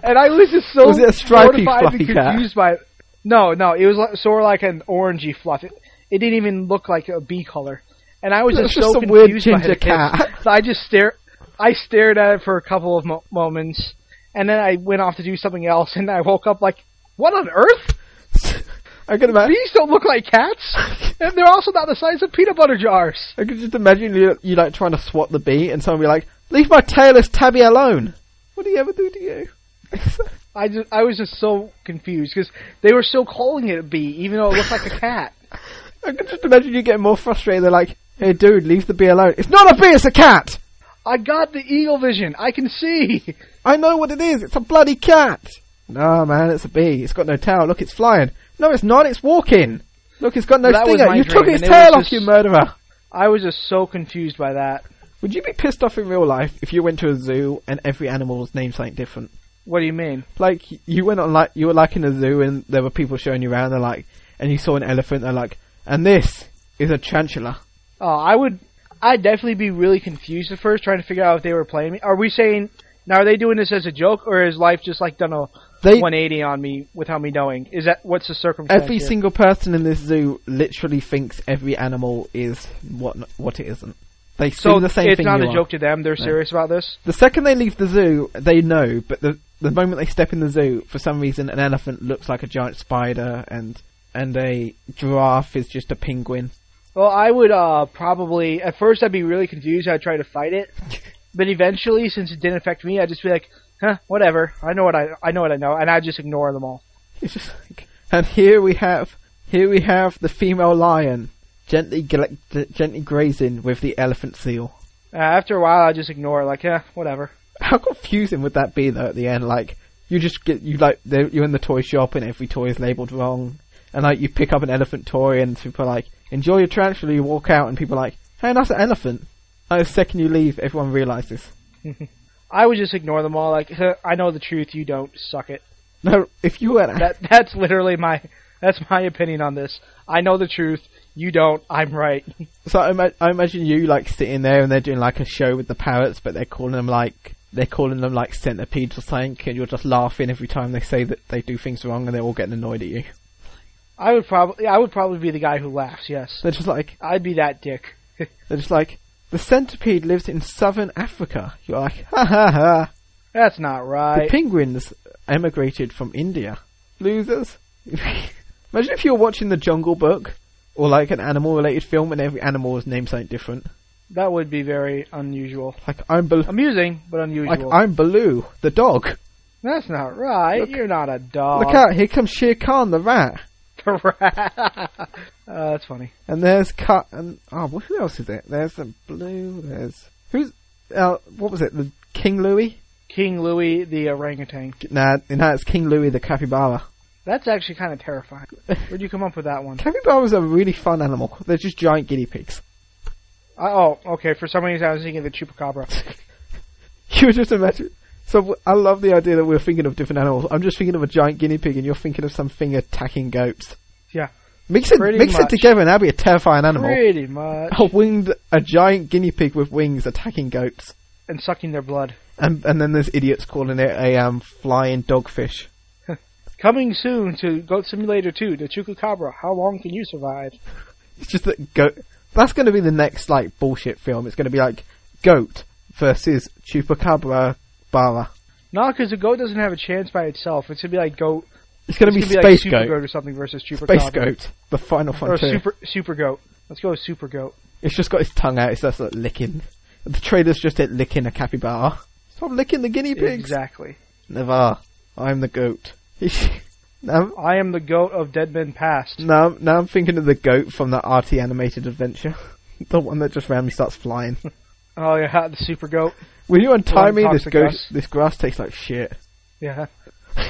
and I was just so
Was it a stripy
mortified
fluffy
and
cat?
confused by it. No, no, it was like, sort of like an orangey fluff. It, it didn't even look like a bee color. And I was
That's
just,
just
so
some weird
confused by
ginger
the kids.
cat.
So I just stare. I stared at it for a couple of mo- moments, and then I went off to do something else, and I woke up like, "What on earth?
I can imagine.
Bees don't look like cats, and they're also not the size of peanut butter jars."
I could just imagine you, you like trying to swat the bee, and someone be like, "Leave my tailless tabby alone." What do you ever do to you? <laughs>
I just, I was just so confused because they were still calling it a bee, even though it looked like a cat.
I can just imagine you getting more frustrated. They're like, "Hey, dude, leave the bee alone. It's not a bee, it's a cat.
I got the eagle vision. I can see.
I know what it is. It's a bloody cat." No, man, it's a bee. It's got no tail. Look, it's flying. No, it's not. It's walking. Look, it's got no
That was
stinger.
my
You took
dream,
its
and it was
tail off,
just-
you murderer.
I was just so confused by that.
Would you be pissed off in real life if you went to a zoo and every animal was named something different?
What do you mean?
Like you went on like you were like in a zoo and there were people showing you around. They're like, and you saw an elephant. They're like, and this is a tarantula.
Oh, I would. I'd definitely be really confused at first, trying to figure out if they were playing me. Are we saying now? Are they doing this as a joke, or is life just like done a
They
180 on me without me knowing? Is that what's the circumstance?
every
here?
single person in this zoo literally thinks every animal is what what it isn't. They see
so
the same
it's
thing.
not
you
a
are.
joke to them. They're
No.
serious about this.
The second they leave the zoo, they know, but the the moment they step in the zoo, for some reason, an elephant looks like a giant spider, and and a giraffe is just a penguin. <laughs>
Well, I would uh, probably at first I'd be really confused. I'd try to fight
<laughs>
it, but eventually, since it didn't affect me, I'd just be like, "Huh, whatever. I know what I I know what I know," and I'd just ignore them all.
It's just like, and here we have here we have the female lion gently gla- gently grazing with the elephant seal.
Uh, after a while, I'd just ignore it, like, "Huh, whatever."
How confusing would that be though? At the end, like you just get you like they're- you're in the toy shop and every toy is labeled wrong, and like you pick up an elephant toy and people are like enjoy your tarantula. You walk out and people are like, hey, that's an elephant. And the second you leave, everyone realizes.
I would just ignore them all, like, "Huh, "I know the truth. You don't. Suck it."
No, if you were an
That that's literally my that's my opinion on this. I know the truth. You don't. I'm right.
So I, ima- I imagine you like sitting there and they're doing like a show with the parrots, but they're calling them like they're calling them like centipedes or something, and you're just laughing every time they say that they do things wrong, and they're all getting annoyed at you.
I would probably I would probably be the guy who laughs. Yes,
They're just like
I'd be that dick.
they're just like the centipede lives in southern Africa. You're like ha ha ha.
That's not
The
right.
penguins emigrated from India. Losers. <laughs> imagine if you were watching the Jungle Book or like an animal-related film, and every animal was named something different.
That would be very unusual.
Like I'm Bal-
Amusing, but
like
unusual.
I'm Baloo, the dog.
That's not right.
Look-
You're not a dog.
Look out, here comes Shere Khan the rat.
The rat. <laughs> uh, that's funny.
And there's Cut and oh well, who else is it? There's the blue there's who's uh, what was it? The King Louis?
King Louis the orangutan.
Nah, no, it's King Louis the capybara.
That's actually kind of terrifying. Where'd you come up with that one?
Capybaras are a really fun animal. They're just giant guinea pigs. <laughs>
I, oh, okay. For some reason, I was thinking the chupacabra.
You just imagine. So w- I love the idea that we're thinking of different animals. I'm just thinking of a giant guinea pig, and you're thinking of something attacking goats.
Yeah.
Mix it,
Pretty
mix it
much.
together, and that'd be a terrifying animal.
Pretty much.
A winged, a giant guinea pig with wings attacking goats.
And sucking their blood.
And, and then there's idiots calling it a um, flying dogfish.
Coming soon to Goat Simulator 2, the chupacabra. How long can you survive?
It's just that goat. That's going to be the next like bullshit film. It's going to be like goat versus chupacabra bara.
No, because the goat doesn't have a chance by itself. It's gonna be like goat.
It's going
it's
to be
gonna be
space
like
goat.
super goat or something versus chupacabra.
Space goat. The final
Or
frontier.
super super goat. Let's go with super goat.
It's just got its tongue out. It's just like, licking. The trailer's just it licking a capybara. Stop licking the guinea pigs.
Exactly.
Never. I'm the goat. <laughs> now,
I am the goat of Dead Men Past.
now, now I'm thinking of the goat from that RT animated adventure. <laughs> the one that just randomly
<laughs>
starts flying.
Oh yeah, <laughs> the super goat.
Will you untie
One
me? This
toxic
goat,
grass.
this grass tastes like shit. <laughs>
Yeah. Do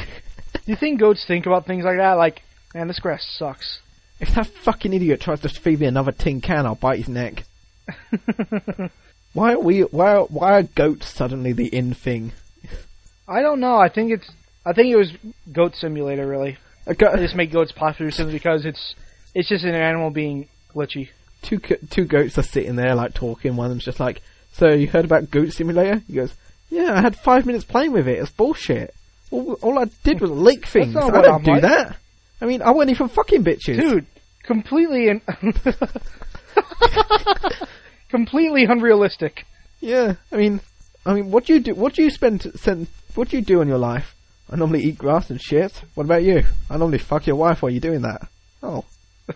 you think goats think about things like that? Like, man, this grass sucks.
If that fucking idiot tries to feed me another tin can, I'll bite
<laughs>
his neck. Why are we? Why? Are, why are goats suddenly the in thing?
I don't know. I think it's. I think it was Goat Simulator. Really,
A
they
goat,
just made goats popular simply because it's. It's just an animal being glitchy.
two go- two goats are sitting there like talking. One of them's just like, "So you heard about Goat Simulator?" He goes, "Yeah, I had five minutes playing with it. It's bullshit. All, all I did was lick things.
not
I
what
don't
I'm
do
like."
that. I mean, I wasn't even fucking bitches.
Dude, completely and <laughs> completely unrealistic.
Yeah, I mean, I mean, what do you do? What do you spend? Send, what do you do in your life? I normally eat grass and shit. What about you? I normally fuck your wife while you're doing that. Oh,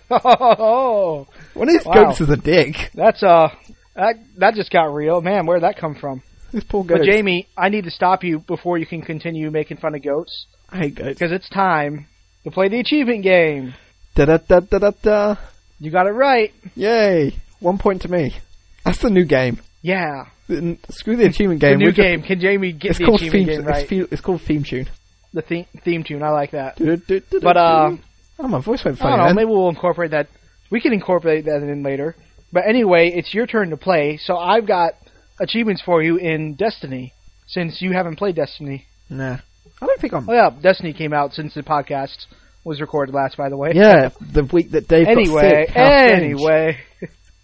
oh,
one of these
Wow.
goats is a dick.
that's uh, that that just got real, man. Where'd that come from?
This poor goat.
But Jamie, I need to stop you before you can continue making fun of goats
I hate goats.
because it's time to play the achievement game.
Da da da da da da.
You got it right.
Yay! One point to me. That's the new game.
Yeah.
N- Screw the achievement game.
The new
we're just-
game. Can Jamie get
It's
the
called
achievement
theme.
game
it's
right?
fe- It's called theme tune.
the theme, theme tune. I like that.
But
But uh,
oh, my voice went
I
funny.
don't know.
then.
Maybe we'll incorporate that. We can incorporate that in later. But anyway, it's your turn to play. So I've got achievements for you in Destiny, since you haven't played Destiny.
Nah, I don't think I'm.
Oh yeah, Destiny came out since the podcast was recorded last. By the way.
Yeah, the week that Dave
Anyway,
got sick. How strange.
anyway.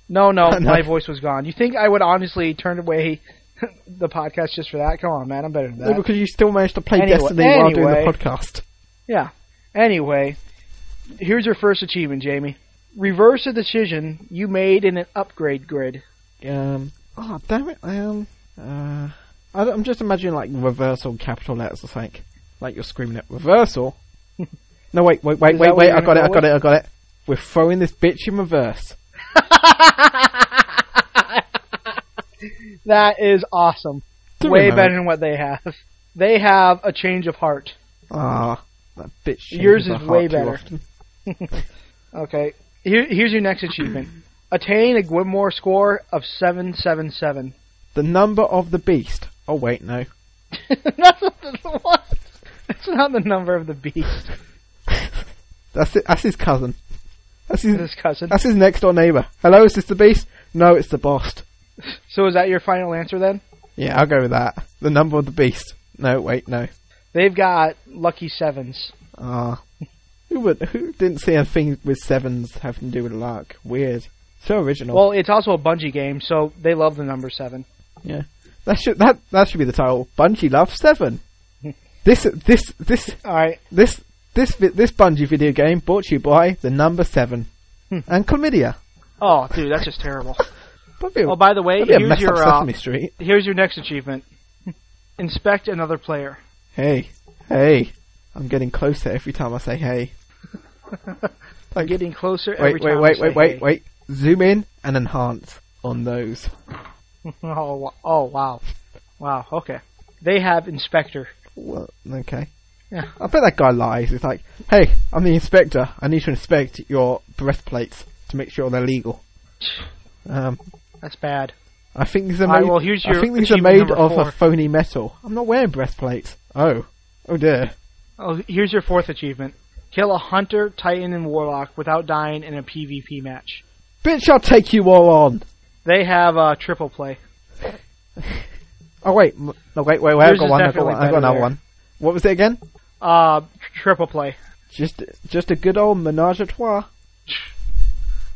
No, no,
<laughs> No.
my voice was gone. You think I would honestly turn away <laughs> the podcast just for that? Come on, man, I'm better than
No,
that.
because you still managed to play
Anyway-
Destiny while doing
anyway.
the podcast.
Yeah. Anyway, here's your first achievement, Jamie. Reverse a decision you made in an upgrade grid.
Um, oh damn it! Um, uh, I, am just imagining like reversal capital letters or something. Like you're screaming it
<laughs>
reversal. no wait, wait, wait,
Is
wait,
that what
wait!
you're
I got it!
gonna
I
go
got it! I got it! We're throwing this bitch in reverse.
<laughs> that is awesome.
Give me a
Way
moment.
better than what they have. They have a change of heart.
Ah, that bitch. changes
Yours
my
is
heart
way
too
better.
often.
Okay. Here, here's your next <clears throat> achievement. Attain a Gwynmore score of <laughs> 777.
The number of the beast. Oh
<laughs>
wait, no.
That's not the what? That's not the number of the <laughs> beast.
That's it. That's his cousin. That's his.
This cousin.
That's his next door neighbor. Hello, is this the beast? No, it's the boss.
So is that your final answer then?
Yeah, I'll go with that. The number of the beast. No, wait, no.
They've got lucky sevens.
Ah, who would? Who didn't see a thing with sevens having to do with luck? Weird. So original.
Well, it's also a Bungie game, so they love the number seven.
yeah. That should that that should be the title. Bungie Love
<laughs>
Seven. this this this
All right.
this this vi- this Bungie video game brought to you by the number seven
Hmm.
and chlamydia.
Oh, dude, that's just <laughs> terrible.
Probably a,
Oh, by the way,
that'd be a
here's
mess
your
up
uh,
Sesame Street.
here's your next achievement. <laughs> Inspect another player.
Hey, hey, I'm getting closer every time I say hey.
I'm getting closer
wait,
every
wait,
time.
wait,
I
wait,
say
wait,
hey.
wait. Zoom in and enhance on those.
<laughs> Oh, wa- oh, wow, wow. Okay, they have inspector.
Well, okay.
Yeah.
I bet that guy lies. It's like, hey, I'm the inspector. I need to inspect your breastplates to make sure they're legal. Um,
That's bad.
I think these are
Alright,
made.
well, here's
I
your
think these are
achievement
made
number
of
four.
a phony metal. I'm not wearing breastplates. Oh, oh dear.
Oh, here's your fourth achievement. Kill a hunter, titan, and warlock without dying in a PvP match.
Bitch, I'll take you all on.
They have uh, triple play.
Oh wait, m- no wait, wait, wait. I've
Yours
got
is
one. I've got
definitely
one. I've
better
got another
there.
one. What was it again?
Uh, triple play.
Just, just a good old menage a trois.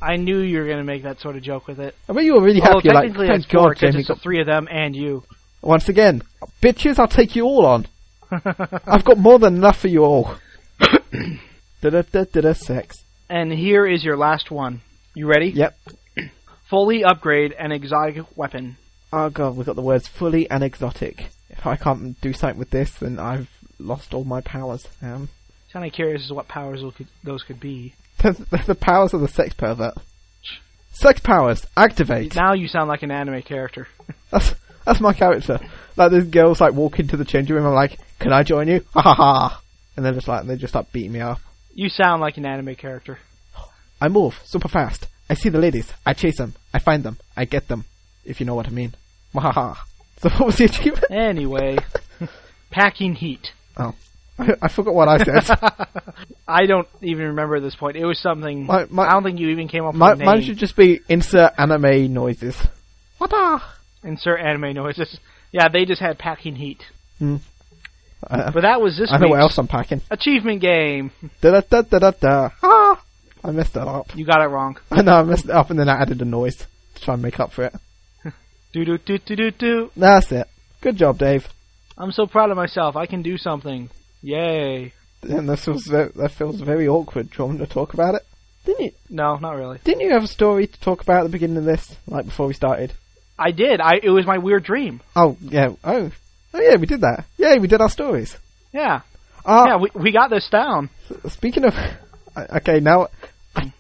I knew you were gonna make that sort of joke with it.
I bet you were really
Although
happy. Like,
technically
thank
that's four
God,
because
Jamie
it's the
got
three of them and you. <laughs>
Once again, bitches, I'll take you all on. I've got more than enough for you
<coughs>
all. da da da sex.
and here is your last one. You ready?
Yep.
Fully upgrade an exotic weapon.
Oh god, we've got the words fully and exotic. If I can't do something with this, then I've lost all my powers. Um, <laughs>
Kind of curious as to what powers tho- could- those could be.
the, the powers of the sex pervert. Sex powers, activate.
Now you sound like an anime character.
That's that's my character. Like those girls like walk into the changing room and like, can I join you? Ha ha ha. And they're just like, they just start beating me up.
You sound like an anime character.
I move super fast. I see the ladies. I chase them. I find them. I get them. If you know what I mean. Mahaha. So <laughs> what was the achievement? <laughs>
Anyway, packing heat.
Oh, I, I forgot what I
<laughs>
said.
I don't even remember at this point. It was something.
My- my-
I don't think you even came up with
My,
a name.
mine should just be insert anime noises. What ah?
Insert anime noises. Yeah, they just had packing heat.
Uh,
But that was this
I know what
week's
else I'm packing.
achievement game.
Da da da da da da. Ah! I messed that up. <laughs>
You got it wrong.
I know I messed it up, and then I added a noise to try and make up for it.
Do do do do do do.
That's it. Good job, Dave.
I'm so proud of myself. I can do something. Yay.
And this was ve- that feels very awkward. Do you want me to talk about it? Didn't you?
No, not really.
Didn't you have a story to talk about at the beginning of this, like before we started?
I did. I it was my weird dream.
Oh yeah. Oh. Oh yeah, we did that. Yeah, we did our stories.
Yeah.
Ah,
yeah, we, we got this down.
speaking of, <laughs> okay, now I,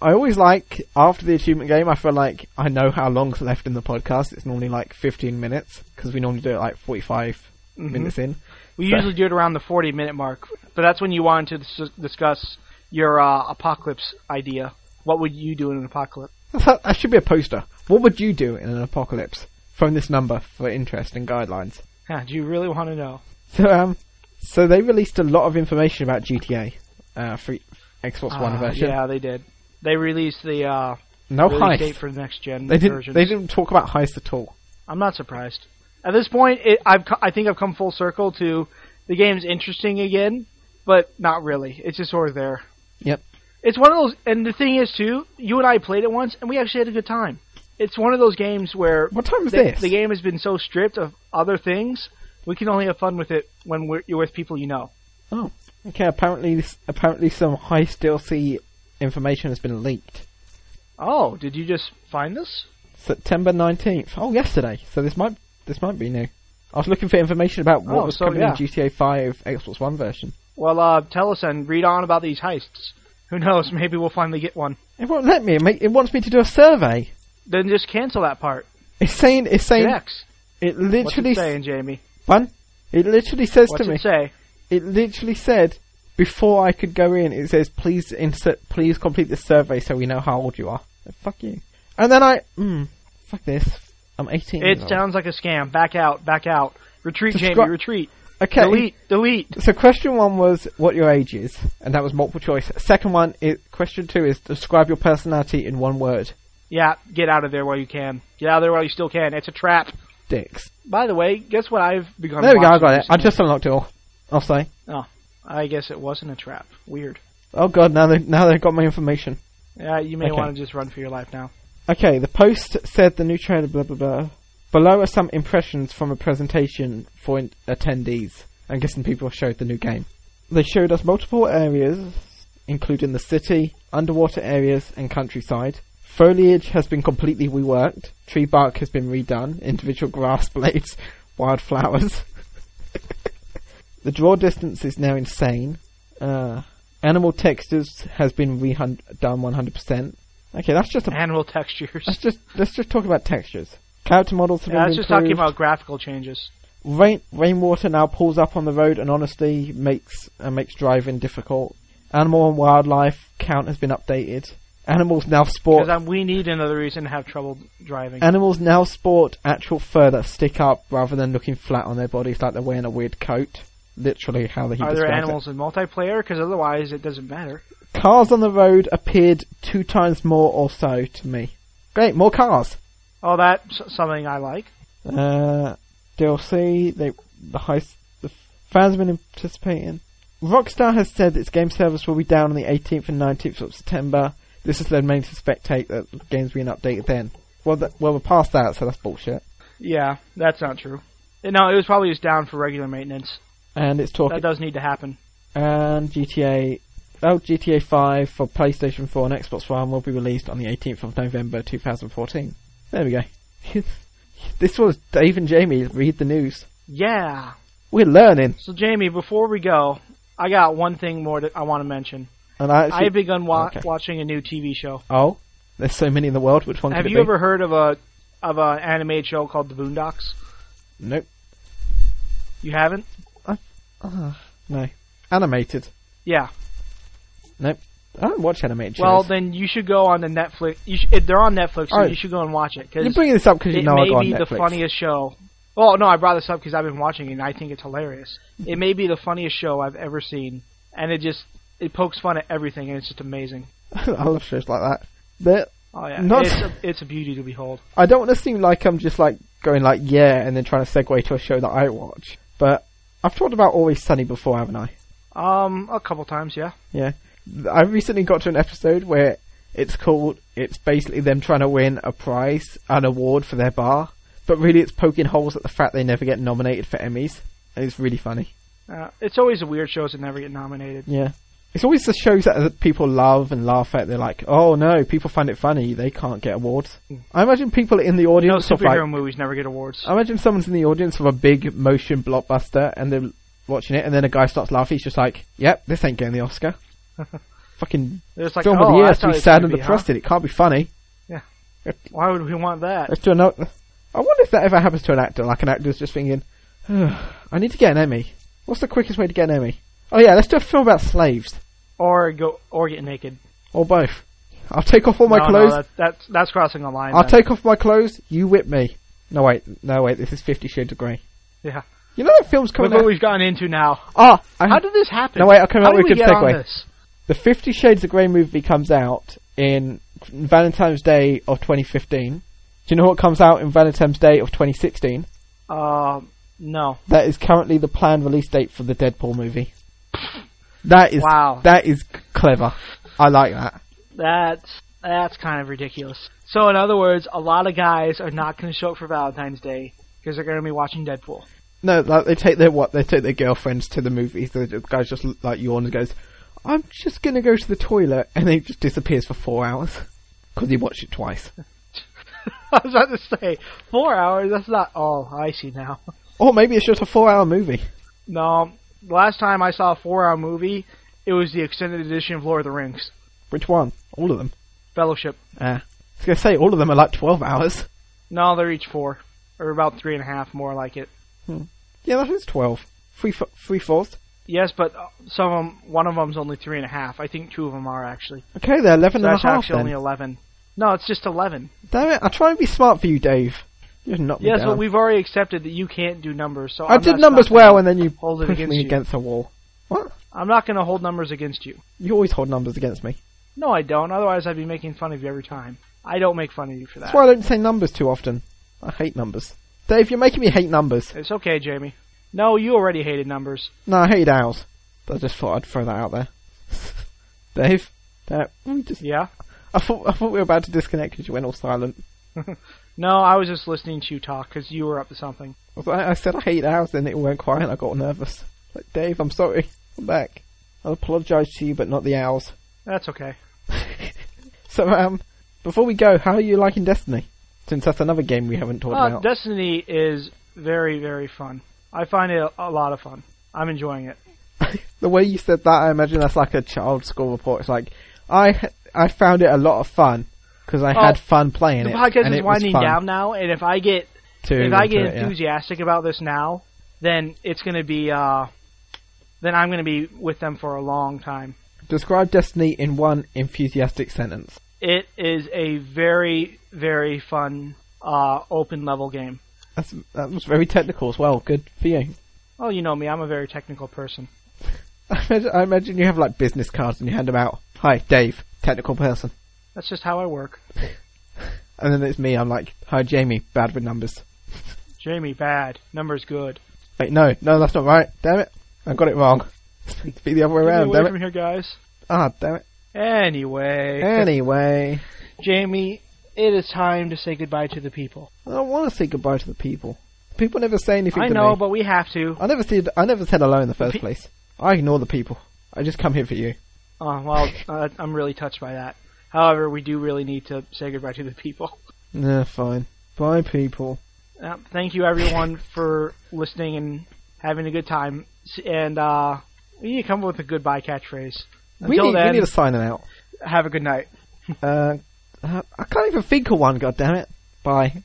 I always like after the achievement game. I feel like I know how long's left in the podcast. It's normally like fifteen minutes because we normally do it like 45 minutes in.
We
So-
usually do it around the 40 minute mark, but that's when you wanted to s- discuss your uh, apocalypse idea. What would you do in an apocalypse?
That should be a poster. What would you do in an apocalypse? From this number for interest and guidelines.
Huh, do you really want to know?
So um, so they released a lot of information about GTA, uh, for Xbox One
Uh,
version.
Yeah, they did. They released the uh,
No
release date
heist.
for the next gen
Oh, They didn't.
versions.
They didn't talk about heist at all.
I'm not surprised. At this point, it, I've co- I think I've come full circle to the game's interesting again, but not really. It's just sort of there.
Yep.
It's one of those, and the thing is too, you and I played it once, and we actually had a good time. It's one of those games where
What time is
the,
this?
the game has been so stripped of other things, we can only have fun with it when we're, you're with people you know.
Oh, okay. Apparently, this- apparently, some heist DLC information has been leaked.
Oh, did you just find this?
September nineteenth. Oh, yesterday. So this might this might be new. I was looking for information about what
Oh,
was
so,
coming
yeah.
in GTA Five Xbox One version.
Well, uh, tell us and read on about these heists. Who knows? <laughs> Maybe we'll finally get one.
It won't let me. It, make, it wants me to do a survey.
Then just cancel that part.
It's saying it's saying
Hit X. What's
it literally
it
s-
saying, Jamie?
one. It literally says
What's
to me.
it say?
It literally said before I could go in. It says please insert please complete this survey so we know how old you are. Oh, Fuck you. And then I mm, fuck this. I'm eighteen. years
It
old.
sounds like a scam. Back out. Back out. Retreat,
Descri-
Jamie. Retreat.
Okay.
Delete. Delete.
So question one was what your age is, and that was multiple choice. Second one is question two is describe your personality in one word.
Yeah. Get out of there while you can. Get out of there while you still can. It's a trap.
Dicks.
By the way, guess what I've become.
there we go. I
watching
got it. I
recently?
just unlocked it all. I'll say.
I guess it wasn't a trap. Weird.
Oh god, now they now they've got my information.
Uh, you may
Okay.
want to just run for your life now.
Okay, the post said the new trailer. Blah blah blah. Below are some impressions from a presentation for in- attendees. I'm guessing people showed the new game. They showed us multiple areas, including the city, underwater areas, and countryside. Foliage has been completely reworked. Tree bark has been redone. Individual grass <laughs> blades, wildflowers. <laughs> the draw distance is now insane. Uh, animal textures has been re- done 100%. Okay, that's just a
Animal <laughs> textures.
Let's just let's just talk about textures. Character models have
Yeah, I
been
was just
improved.
talking about graphical changes.
Rain rainwater now pulls up on the road, and honestly makes uh, makes driving difficult. Animal and wildlife count has been updated. Animals now sport.
Because we need another reason to have trouble driving.
Animals now sport actual fur that stick up rather than looking flat on their bodies like they're wearing a weird coat. Literally, how he
Are there
describes
animals in multiplayer? Because otherwise, it doesn't matter.
it. Cars on the road appeared two times more or so to me. Great, more cars.
Oh, that's something I like.
Uh, DLC, they, the heist, the fans have been anticipating. Rockstar has said its game service will be down on the 18th and 19th of September. This has led many to speculate that the game's being updated then. Well, that, well, we're past that, so that's bullshit.
Yeah, that's not true. Eh, No, it was probably just down for regular maintenance.
And it's talking
That does need to happen.
and GTA. Oh, GTA 5 for PlayStation 4 and Xbox One will be released on the 18th of November 2014. There we go. <laughs> this was Dave and Jamie read the news.
Yeah.
We're learning,
So Jamie, before we go, I got one thing more that I want to mention.
and I actually
I've begun wa-
Okay.
watching a new TV show.
Oh, there's so many in the world. Which one
Have
could it
you
be?
ever heard of a of an animated show called The Boondocks?
Nope.
You haven't?
Ah, no. Animated.
Yeah.
Nope. I don't watch animated
Well,
shows.
then you should go on the Netflix. You sh- if they're on Netflix, so
Oh.
you should go and watch it
You're
because
bringing this up because you
it
know I
may
go on
be
Netflix.
the funniest show. Well, no, I brought this up because I've been watching it and I think it's hilarious. It may be the funniest show I've ever seen, and it just it pokes fun at everything, and it's just amazing.
<laughs> I love shows like that. They're,
Oh yeah,
Not-
it's, a, it's a beauty to behold.
I don't want to seem like I'm just like going like yeah, and then trying to segue to a show that I watch. But I've talked about Always Sunny before, haven't I?
Um, a couple times, yeah.
Yeah. I recently got to an episode where it's called. It's basically them trying to win a prize, an award for their bar, but really it's poking holes at the fact they never get nominated for Emmys, and it's really funny.
Uh, it's always the weird shows that never get nominated.
Yeah. It's always the shows that people love and laugh at. They're like, oh no, people find it funny. They can't get awards. I imagine people in the
No
audience of like,
Mm. superhero movies never get awards.
I imagine someone's in the audience of a big motion blockbuster and they're watching it and then a guy starts laughing. He's just like, yep, this ain't getting
<laughs>
the Oscar. Fucking
They're just like,
film
oh,
of the year
that's
has to
how
be
it's
sad
gonna
and
be, huh?
depressed. It can't be funny.
Why would we want that?
Let's do another. I wonder if that ever happens to an actor. Like an actor's just thinking, <sighs> I need to get an Emmy. What's the quickest way to get an Emmy? Oh yeah, let's do a film about slaves.
Or go or get naked.
Or both. I'll take off all Oh, my
no,
clothes.
No, that, that's that's crossing a line.
I'll
then.
take off my clothes. You whip me. No wait, no wait. This is Fifty Shades of Grey.
Yeah.
You know that film's
Look
coming
what
out.
we've gotten into now.
Ah, I
How did this happen?
No, wait, I'll come
How
up
did
with a
we
good
get on
segue.
this?
the Fifty Shades of Grey movie comes out in Valentine's Day of 2015. Do you know what comes out in Valentine's Day of 2016?
Um, no.
That is currently the planned release date for the Deadpool movie. That is
Wow.
that is c- clever. I like that.
That's that's kind of ridiculous. So in other words, a lot of guys are not going to show up for Valentine's Day because they're going to be watching Deadpool. <laughs>
No, like they take their what? They take their girlfriends to the movies. The the guy just like yawns and goes, "I'm just gonna go to the toilet," and then he just disappears for four hours because he watched it twice.
I was about to say four hours. That's not. Oh, I see now. <laughs>
Or maybe it's just a four-hour movie.
No, last time I saw a four-hour movie, it was the extended edition of Lord of the Rings
Which one? All of them.
Fellowship.
Uh, I was gonna say all of them are like twelve hours.
No, they're each four or about three and a half, more like it.
Yeah, that is twelve. Three, fo- three fourths.
Yes, but uh, some of 'em- one of them's only three and a half. I think two of them are actually.
Okay, they're eleven
So
and a
that's
half.
actually
Then.
only eleven. No, it's just eleven.
Damn it! I try and be smart for you, Dave. You knocked me
Yes,
down.
but we've already accepted that you can't do numbers. So
I
I'm
did
not
numbers
stopping
well,
you.
and then you
hold it
pushed
against
me
you.
against a wall. What?
I'm not going to hold numbers against you.
You always hold numbers against me.
No, I don't. Otherwise, I'd be making fun of you every time. I don't make fun of you for that.
That's why I don't say numbers too often. I hate numbers. Dave, you're making me hate numbers.
It's okay, Jamie. No, you already hated numbers.
No, I hate owls. I just thought I'd throw that out there. <laughs> Dave, that we just.
Yeah.
I thought I thought we were about to disconnect because you went all silent.
No, I was just listening to you talk because you were up to something.
I, was like- I said I hate owls, then it went quiet. and I got nervous. Like Dave, I'm sorry. I'm back. I apologise to you, but not the owls.
That's okay.
So um, before we go, how are you liking Destiny? Since that's another game we haven't talked
Uh,
about.
Destiny is very, very fun. I find it a, a lot of fun. I'm enjoying it.
the way you said that, I imagine that's like a child school report. It's like I I found it a lot of fun because I
Oh,
had fun playing
The
it.
podcast
and
is
it was
winding
fun
down now, and if I get
To
if I
into
get
it, yeah.
enthusiastic about this now, then it's going to be uh, then I'm going to be with them for a long time.
Describe Destiny in one enthusiastic sentence.
It is a very, very fun uh, open level game.
That's that was very technical as well. Good for you. <laughs>
Oh, you know me; I'm a very technical person.
I imagine, I imagine you have like business cards and you hand them out. Hi, Dave, technical person.
That's just how I work.
And then it's me. I'm like, hi, Jamie, bad with numbers.
Jamie, bad numbers, good.
Wait, no, no, that's not right. Damn it, I got it wrong. <laughs> It's meant to be the other way
Get
around.
away
Damn
from
it.
here, guys.
Ah, damn it.
Anyway,
Anyway,
Jamie, it is time to say goodbye to the people.
I don't want to say goodbye to the people. People never say anything
I
to
know,
me.
but we have to.
I never said I never said hello in the first
Pe-
place. I ignore the people. I just come here for you.
Uh, well, uh, I'm really touched by that. However, we do really need to say goodbye to the people.
Nah, fine. Bye, people.
Uh, thank you, everyone, for listening and having a good time. S- And uh, we need to come up with a goodbye catchphrase.
we,
Until
need,
then,
we need a signing
<laughs>
out.
have a good night.
Uh, uh, I can't even think of one. God damn it. Bye.